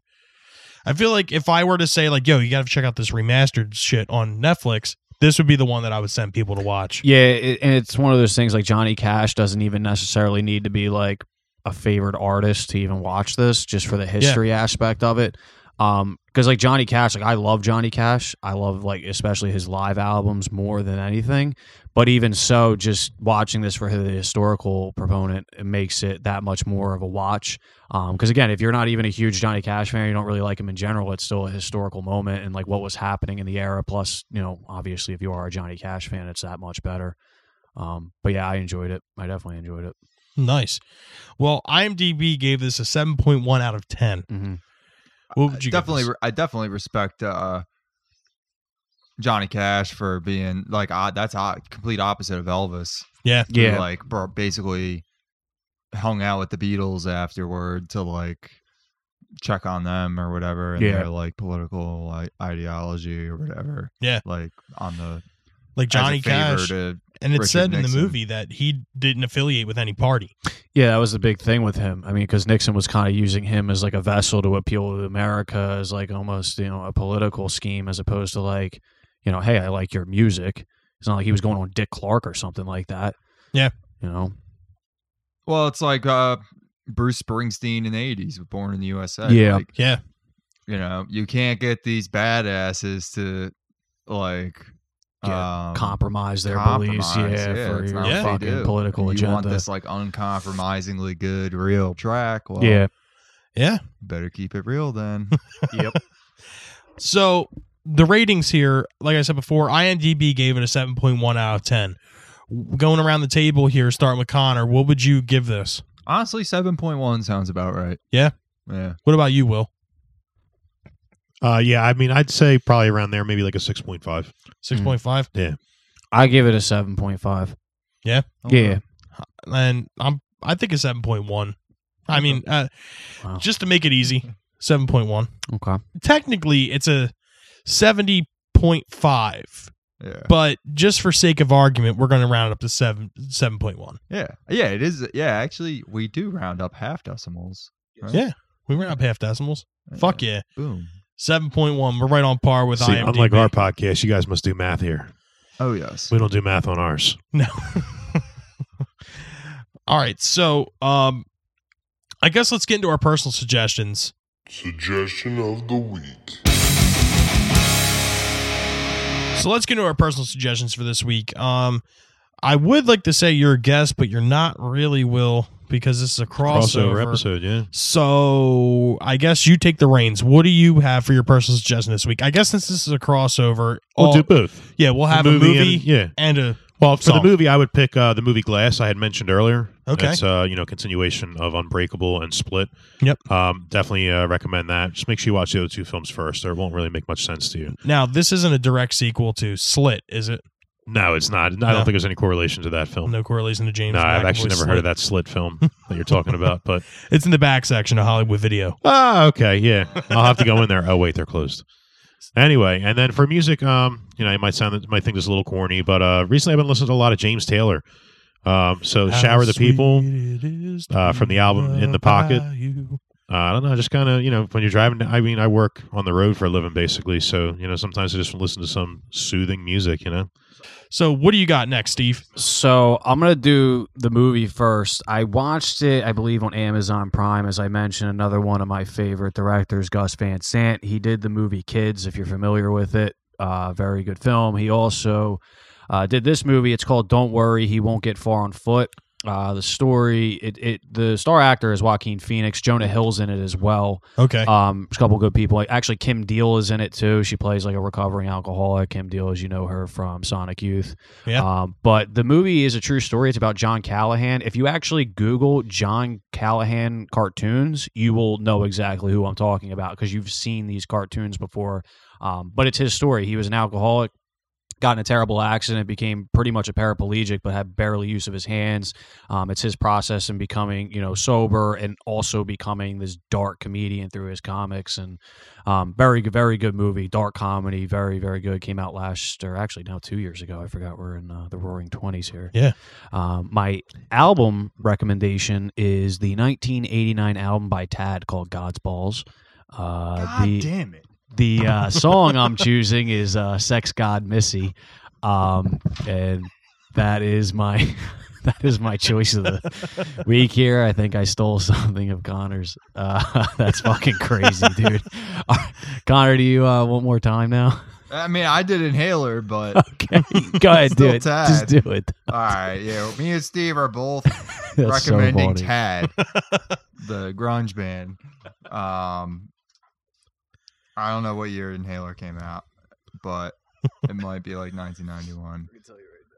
S2: I feel like if I were to say like, "Yo, you got to check out this remastered shit on Netflix," this would be the one that I would send people to watch.
S4: Yeah, it, and it's one of those things like Johnny Cash doesn't even necessarily need to be like a favorite artist to even watch this, just for the history aspect of it. Um, because like Johnny Cash, like I love Johnny Cash. I love like especially his live albums more than anything. But even so, just watching this for the historical proponent, it makes it that much more of a watch. Because Um, again, if you're not even a huge Johnny Cash fan, you don't really like him in general. It's still a historical moment and like what was happening in the era. Plus, you know, obviously, if you are a Johnny Cash fan, it's that much better. Um, but yeah, I enjoyed it. I definitely enjoyed it.
S2: Nice. Well, IMDb gave this a seven point one out of ten.
S4: Mm-hmm.
S2: What would
S3: I
S2: you give
S3: Uh, definitely,
S2: this?
S3: I definitely respect uh, Johnny Cash for being like uh, that's uh, complete opposite of Elvis.
S2: Yeah,
S3: who,
S4: Yeah,
S3: like bro, basically hung out with the Beatles afterward to like check on them or whatever and
S4: Yeah.
S3: their like political like, ideology or whatever.
S2: Yeah.
S3: like on the
S2: like
S3: as a
S2: Johnny
S3: favor
S2: Cash.
S3: to-
S2: And it
S3: Richard
S2: said in
S3: Nixon.
S2: the movie that he didn't affiliate with any party.
S4: yeah, that was the big thing with him. I mean, because Nixon was kind of using him as like a vessel to appeal to America as like almost you know a political scheme as opposed to like you know, hey, I like your music. It's not like he was going on Dick Clark or something like that.
S2: Yeah.
S4: you know,
S3: well, it's like uh, Bruce Springsteen in the eighties, born in the USA.
S4: Yeah.
S3: like,
S2: Yeah.
S3: you know, you can't get these badasses to like
S4: Yeah,
S3: um,
S4: compromise their beliefs,
S3: compromise.
S4: yeah, for
S3: it's
S4: your
S3: not
S2: Yeah.
S3: what they
S4: fucking
S3: do.
S4: political
S3: you
S4: agenda.
S3: want this like uncompromisingly good real track? Well,
S4: yeah,
S2: Yeah.
S3: better keep it real then.
S4: yep.
S2: So the ratings here, like I said before, IMDb gave it a 7.1 out of 10. Going around the table here, starting with Connor, what would you give this?
S3: Honestly, seven point one sounds about right.
S2: Yeah?
S3: yeah.
S2: What about you, Will?
S5: Uh, yeah, I mean, I'd say probably around there, maybe like a six point five.
S3: Hmm.
S2: 6.5?
S4: I give it a seven point five. Yeah,
S2: And I'm I think a 7.1. I mean, uh,
S4: Wow.
S2: just to make it easy, 7.1.
S4: okay.
S2: Technically, it's a 70.5,
S3: yeah,
S2: but just for sake of argument, we're going to round it up to 7 7.1.
S3: yeah, yeah. It is. Yeah, actually, we do round up half decimals. right?
S2: Yeah. We round up half decimals. Fuck yeah.
S3: Boom.
S2: Seven point one. We're right on par with
S5: See,
S2: IMDb.
S5: unlike our podcast, you guys must do math here.
S3: Oh yes.
S5: We don't do math on ours.
S2: no. All right, so um, I guess let's get into our personal suggestions.
S1: Suggestion of the week.
S2: So let's get into our personal suggestions for this week. Um, I would like to say you're a guest, but you're not really Will because this is a crossover.
S5: episode, yeah.
S2: So I guess you take the reins. What do you have for your personal suggestion this week? I guess since this is a crossover,
S5: We'll
S2: all-
S5: do both.
S2: yeah, we'll
S5: A
S2: have
S5: movie
S2: a movie
S5: and- yeah.
S2: and a
S5: Well, for
S2: Song.
S5: the movie, I would pick uh, the movie Glass I had mentioned earlier.
S2: Okay.
S5: it's uh, you know continuation of Unbreakable and Split.
S2: Yep.
S5: Um, definitely uh, recommend that. Just make sure you watch the other two films first, or it won't really make much sense to you.
S2: now this isn't a direct sequel to Slit, is it?
S5: No, it's not. I
S2: No.
S5: don't think there's any correlation to that film.
S2: No correlation to James.
S5: No, I've
S2: McAvoy's
S5: actually never
S2: Slit.
S5: heard of that Slit film that you're talking about, but
S2: It's in the back section of Hollywood Video.
S5: Ah, okay, yeah. I'll have to go in there. Oh wait, they're closed. Anyway, and then for music, um, you know, it might sound, might think this is a little corny, but uh, recently I've been listening to a lot of James Taylor. Um, so shower the people. uh, from the album In the Pocket. Uh, I don't know, just kind of you know when you're driving. I mean, I work on the road for a living basically, so you know sometimes I just listen to some soothing music. You know,
S2: So what do you got next, Steve?
S4: So I'm gonna do the movie first. I watched it, I believe, on Amazon Prime. As I mentioned, another one of my favorite directors, Gus Van Sant. He did the movie Kids, if you're familiar with it. Uh, very good film. He also uh, did this movie. It's called Don't Worry, He Won't Get Far on Foot. Uh, the story, it, it the star actor is Joaquin Phoenix. Jonah Hill's in it as well.
S5: Uh,
S2: Okay.
S4: Um, there's a couple good people. Actually, Kim Deal is in it too. She plays like a recovering alcoholic. Kim Deal, as you know her from Sonic Youth.
S2: Yeah.
S4: Um, but the movie is a true story. It's about John Callahan. If you actually Google John Callahan cartoons, you will know exactly who I'm talking about because you've seen these cartoons before. Um, but it's his story. He was an alcoholic. Got in a terrible accident, became pretty much a paraplegic, but had barely use of his hands. Um, it's his process in becoming, you know, sober and also becoming this dark comedian through his comics. And um, very, good- very good movie, dark comedy, very, very good. Came out last, or actually now two years ago. I forgot we're in uh, the Roaring Twenties here.
S2: Yeah.
S4: Um, my album recommendation is the 1989 album by Tad called God's Balls. Uh,
S3: God
S4: the,
S3: damn it.
S4: the uh, song I'm choosing is uh, "Sex God Missy," um, and that is my that is my choice of the week here. I think I stole something of Connor's. Uh, that's fucking crazy, dude. Connor, do you uh, one more time now?
S3: I mean, I did Inhaler, but all
S4: Okay, go ahead, do
S3: Still
S4: it. Just do
S3: tied.
S4: it.
S3: right. Yeah. Me and Steve are both
S4: That's so
S3: recommending
S4: funny.
S3: Tad, the grunge band. Um, I don't know what year Inhaler came out, but it might be like 1991,
S6: I can tell you right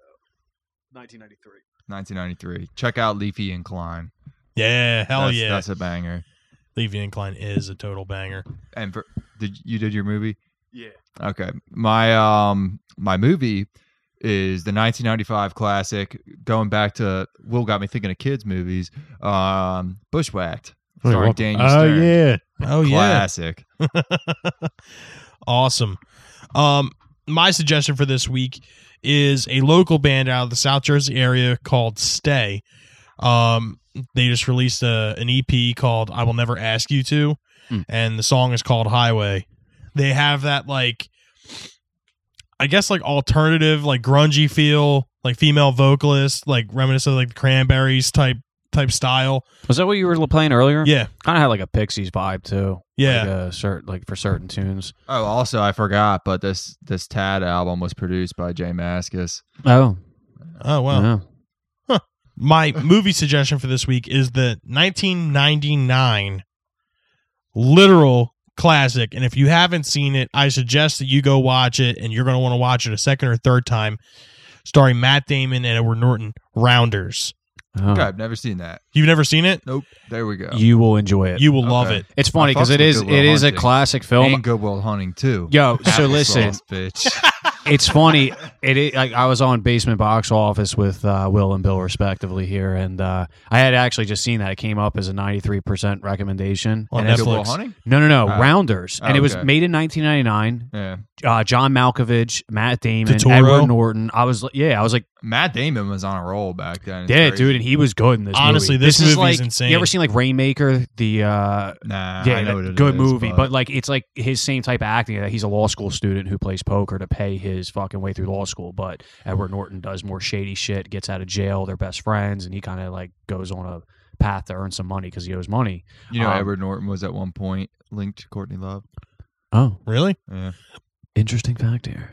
S6: now. 1993.
S3: 1993. Check out Leafy and Klein.
S2: yeah. Hell
S3: that's,
S2: yeah.
S3: that's a banger.
S2: Leaving Incline is a total banger.
S3: And for, did you did your movie?
S6: Yeah.
S3: Okay, my um my movie is the 1995 classic. Going back to Will got me thinking of kids movies. Um, Bushwhacked,
S5: Wait,
S3: starring
S5: what-
S3: Daniel
S5: Oh
S3: Stern.
S5: yeah,
S2: Oh
S3: classic.
S2: awesome. Um, my suggestion for this week is a local band out of the South Jersey area called Stay. Um, they just released a, an EP called "I Will Never Ask You to,"
S4: Mm.
S2: and the song is called "Highway." They have that like, I guess like alternative, like grungy feel, like female vocalist, like reminiscent of like the Cranberries type type style.
S4: Was that what you were playing earlier?
S2: Yeah,
S4: kind of had like a Pixies vibe too.
S2: yeah.
S4: like, uh, cert, like for certain tunes.
S3: Oh, also I forgot, but this this Tad album was produced by Jay Mascis.
S4: Oh,
S2: Oh wow.
S4: yeah.
S2: My movie suggestion for this week is the 1999 literal classic. And if you haven't seen it, I suggest that you go watch it and you're going to want to watch it a second or third time, starring Matt Damon and Edward Norton, Rounders.
S4: Oh.
S3: Okay, I've never seen that.
S2: You've never seen it?
S3: Nope. There we go.
S4: You will enjoy it.
S2: You will love
S3: Okay.
S2: it.
S4: It's funny
S3: I fucks
S4: because it
S3: with
S4: is it
S3: Goodwill
S4: is a
S3: Hunting.
S4: classic film.
S3: and Goodwill Hunting too.
S4: Yo, so
S3: Applesauce,
S4: listen,
S3: bitch.
S4: it's funny. It is, like, I was on Basement Box Office with uh, Will and Bill respectively here, and uh, I had actually just seen that it came up as a ninety three percent recommendation.
S2: On
S4: and
S2: Netflix.
S4: it's-
S3: Goodwill Hunting.
S4: No, no, no,
S3: Oh.
S4: Rounders,
S3: Oh,
S4: and it was
S3: okay.
S4: made in nineteen ninety nine.
S3: Yeah.
S4: Uh, John Malkovich, Matt Damon,
S2: Totoro.
S4: Edward Norton. I was, like- yeah, I was like,
S3: Matt Damon was on a roll back then. It's
S4: yeah,
S3: crazy.
S4: dude, and he was good in this.
S2: Honestly,
S4: movie.
S2: this
S4: is
S2: movie's
S4: like,
S2: insane.
S4: You ever seen like Rainmaker? The uh,
S3: Nah,
S4: yeah,
S3: I know
S4: that-
S3: what it
S4: good
S3: is,
S4: movie, but, like it's like his same type of acting. That he's a law school student who plays poker to pay his fucking way through law school. But Edward Norton does more shady shit, gets out of jail, they're best friends, and he kind of like goes on a path to earn some money because he owes money.
S3: you know,
S4: um,
S3: Edward Norton was at one point linked to Courtney Love.
S4: Oh,
S2: Really?
S3: Yeah.
S4: interesting fact here.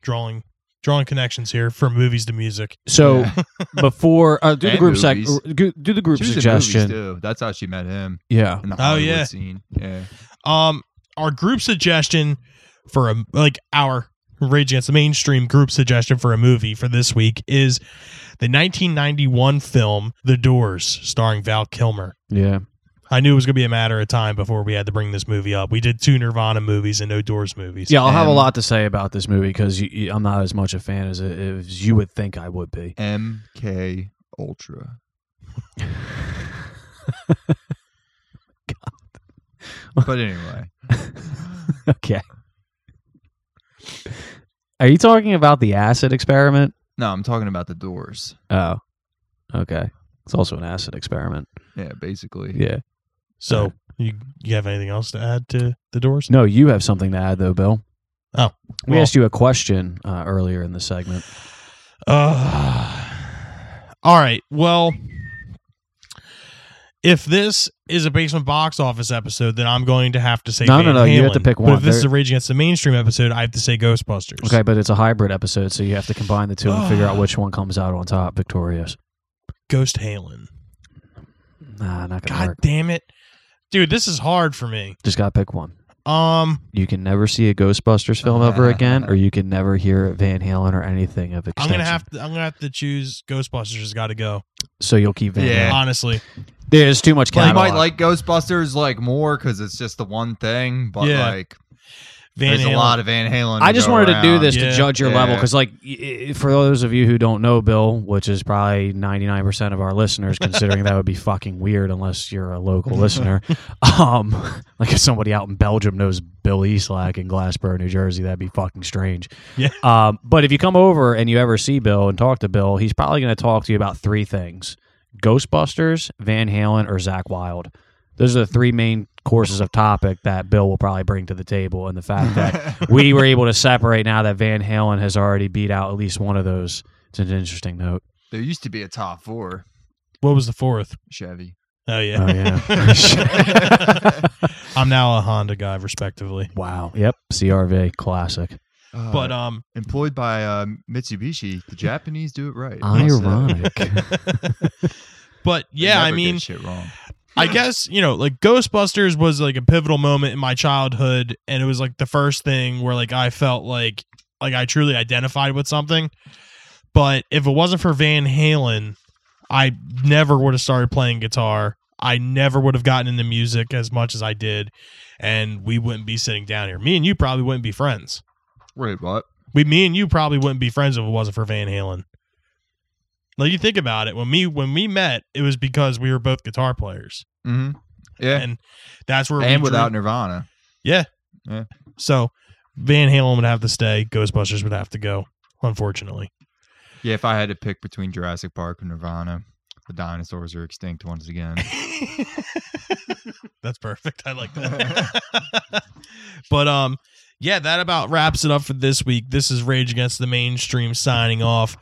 S2: Drawing drawing connections here from movies to music.
S4: So before uh, do the
S3: And
S4: group sec,
S3: movies.
S4: gr- do the group
S3: She was in movies,
S4: suggestion.
S3: too. That's how she met him
S4: Yeah,
S3: in the
S2: Oh,
S3: Hollywood
S2: yeah.
S3: scene. Yeah.
S2: Um, our group suggestion for a like our Rage Against the Mainstream group suggestion for a movie for this week is the 1991 film The Doors, starring Val Kilmer.
S4: yeah.
S2: I knew it was going to be a matter of time before we had to bring this movie up. We did two Nirvana movies and no Doors movies.
S4: Yeah, I'll have a
S3: And-
S4: lot to say about this movie because I'm not as much a fan as, as you would think I would be.
S3: MK Ultra. But anyway,
S4: okay. Are you talking about the acid experiment?
S3: no, I'm talking about the doors.
S4: Oh, okay. It's also an acid experiment.
S3: Yeah, basically.
S4: Yeah.
S2: So you you have anything else to add to The Doors?
S4: No, you have something to add, though, Bill.
S2: Oh,
S4: we
S2: well.
S4: asked you a question uh, earlier in the segment.
S2: Uh, all right. Well, if this is a basement box office episode, then I'm going to have to say
S4: No,
S2: Van
S4: no, no, you have
S2: Halen.
S4: to pick
S2: But
S4: one.
S2: if this
S4: There-
S2: is a Rage Against the Mainstream episode, I have to say Ghostbusters. Ah.
S4: Okay, but it's a hybrid episode, so you have to combine the two and figure out which one comes out on top victorious.
S2: Ghost Halen.
S4: Nah, not gonna
S2: God
S4: work.
S2: damn it. Dude, this is hard for me.
S4: Just gotta pick one.
S2: Um,
S4: You can never see a Ghostbusters film ever again, or you can never hear Van Halen or anything
S2: Ah.
S4: of
S2: I'm
S4: extension.
S2: gonna have to. I'm gonna have to choose Ghostbusters. Has got to go.
S4: so you'll keep Van
S3: Yeah.
S4: Halen.
S2: Honestly,
S4: There's too much
S3: You
S4: catalog.
S3: might like Ghostbusters like more because it's just the one thing, but
S2: Yeah.
S3: like
S2: Van
S3: there's
S2: Halen.
S3: a lot of Van Halen.
S4: I just
S3: go
S4: wanted to do
S3: around.
S4: this
S2: Yeah.
S4: to judge your
S3: Yeah.
S4: level because, like, y- y- for those of you who don't know Bill, which is probably ninety nine percent of our listeners, considering that would be fucking weird unless you're a local listener. Um, like if somebody out in Belgium knows Bill Eastlack in Glassboro, New Jersey, that'd be fucking strange.
S2: Yeah.
S4: Um, but if you come over and you ever see Bill and talk to Bill, he's probably going to talk to you about three things: Ghostbusters, Van Halen, or Zach Wild. Those are the three main courses of topic that Bill will probably bring to the table, and the fact that we were able to separate now that Van Halen has already beat out at least one of those. It's an interesting note.
S3: There used to be a top four
S2: What was the fourth?
S3: Chevy.
S2: Oh yeah.
S4: Oh yeah.
S2: I'm now a Honda guy, respectively.
S4: wow. Yep. CRV classic.
S3: Uh,
S2: But um,
S3: employed by uh, Mitsubishi, the Japanese do it right. Must say.
S4: Ironic.
S2: but
S3: They
S2: yeah, I
S3: never get
S2: mean,
S3: shit wrong.
S2: I guess you know, like Ghostbusters was like a pivotal moment in my childhood, and it was like the first thing where like I felt like like I truly identified with something. But if it wasn't for Van Halen, I never would have started playing guitar. I never would have gotten into music as much as I did, and we wouldn't be sitting down here. Me and you probably wouldn't be friends.
S3: Wait, what?
S2: We, me and you probably wouldn't be friends if it wasn't for Van Halen. Like you think about it, when me when we met, it was because we were both guitar players
S3: hmm Yeah, and,
S2: and that's where we
S3: without
S2: drew-
S3: Nirvana.
S2: so Van Halen would have to stay. Ghostbusters would have to go. Unfortunately,
S3: Yeah, if I had to pick between Jurassic Park and Nirvana, the dinosaurs are extinct once again.
S2: that's perfect. I like that. but um, yeah, that about wraps it up for this week. This is Rage Against the Mainstream signing off.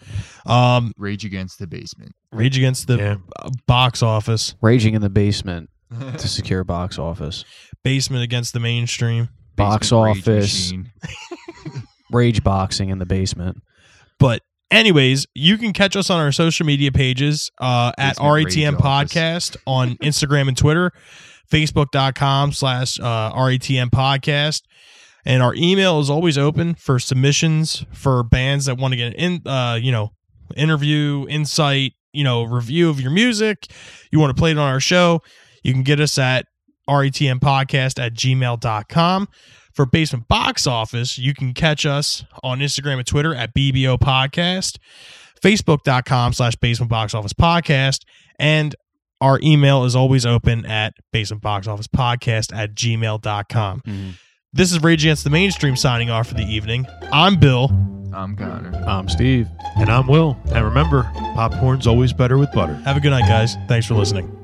S2: Um,
S3: Rage Against the Basement.
S2: Rage Against the
S4: Yeah.
S2: uh, Box Office,
S4: Raging in the basement to secure box office.
S2: Basement Against the Mainstream.
S4: Box
S3: Basement rage
S4: office.
S3: machine.
S4: Rage boxing in the basement.
S2: But anyways, you can catch us on our social media pages uh, at
S3: Basement Rage
S2: RATM
S3: Office.
S2: Podcast on Instagram and Twitter, Facebook.com slash uh, RATM Podcast. And our email is always open for submissions for bands that want to get an in, uh, you know, interview, insight, you know, review of your music. You want to play it on our show. You can get us at RATM Podcast at gmail.com. For Basement Box Office, you can catch us on Instagram and Twitter at BBO Podcast, Facebook.com slash Basement Box Office Podcast, and our email is always open at Basement Box Office Podcast at gmail.com.
S4: Mm-hmm.
S2: This is Rage Against the Mainstream signing off for the evening. I'm Bill.
S3: I'm Connor.
S4: I'm Um, Steve.
S5: And I'm Will. And remember, popcorn's always better with butter.
S2: Have a good night, guys. Thanks for listening.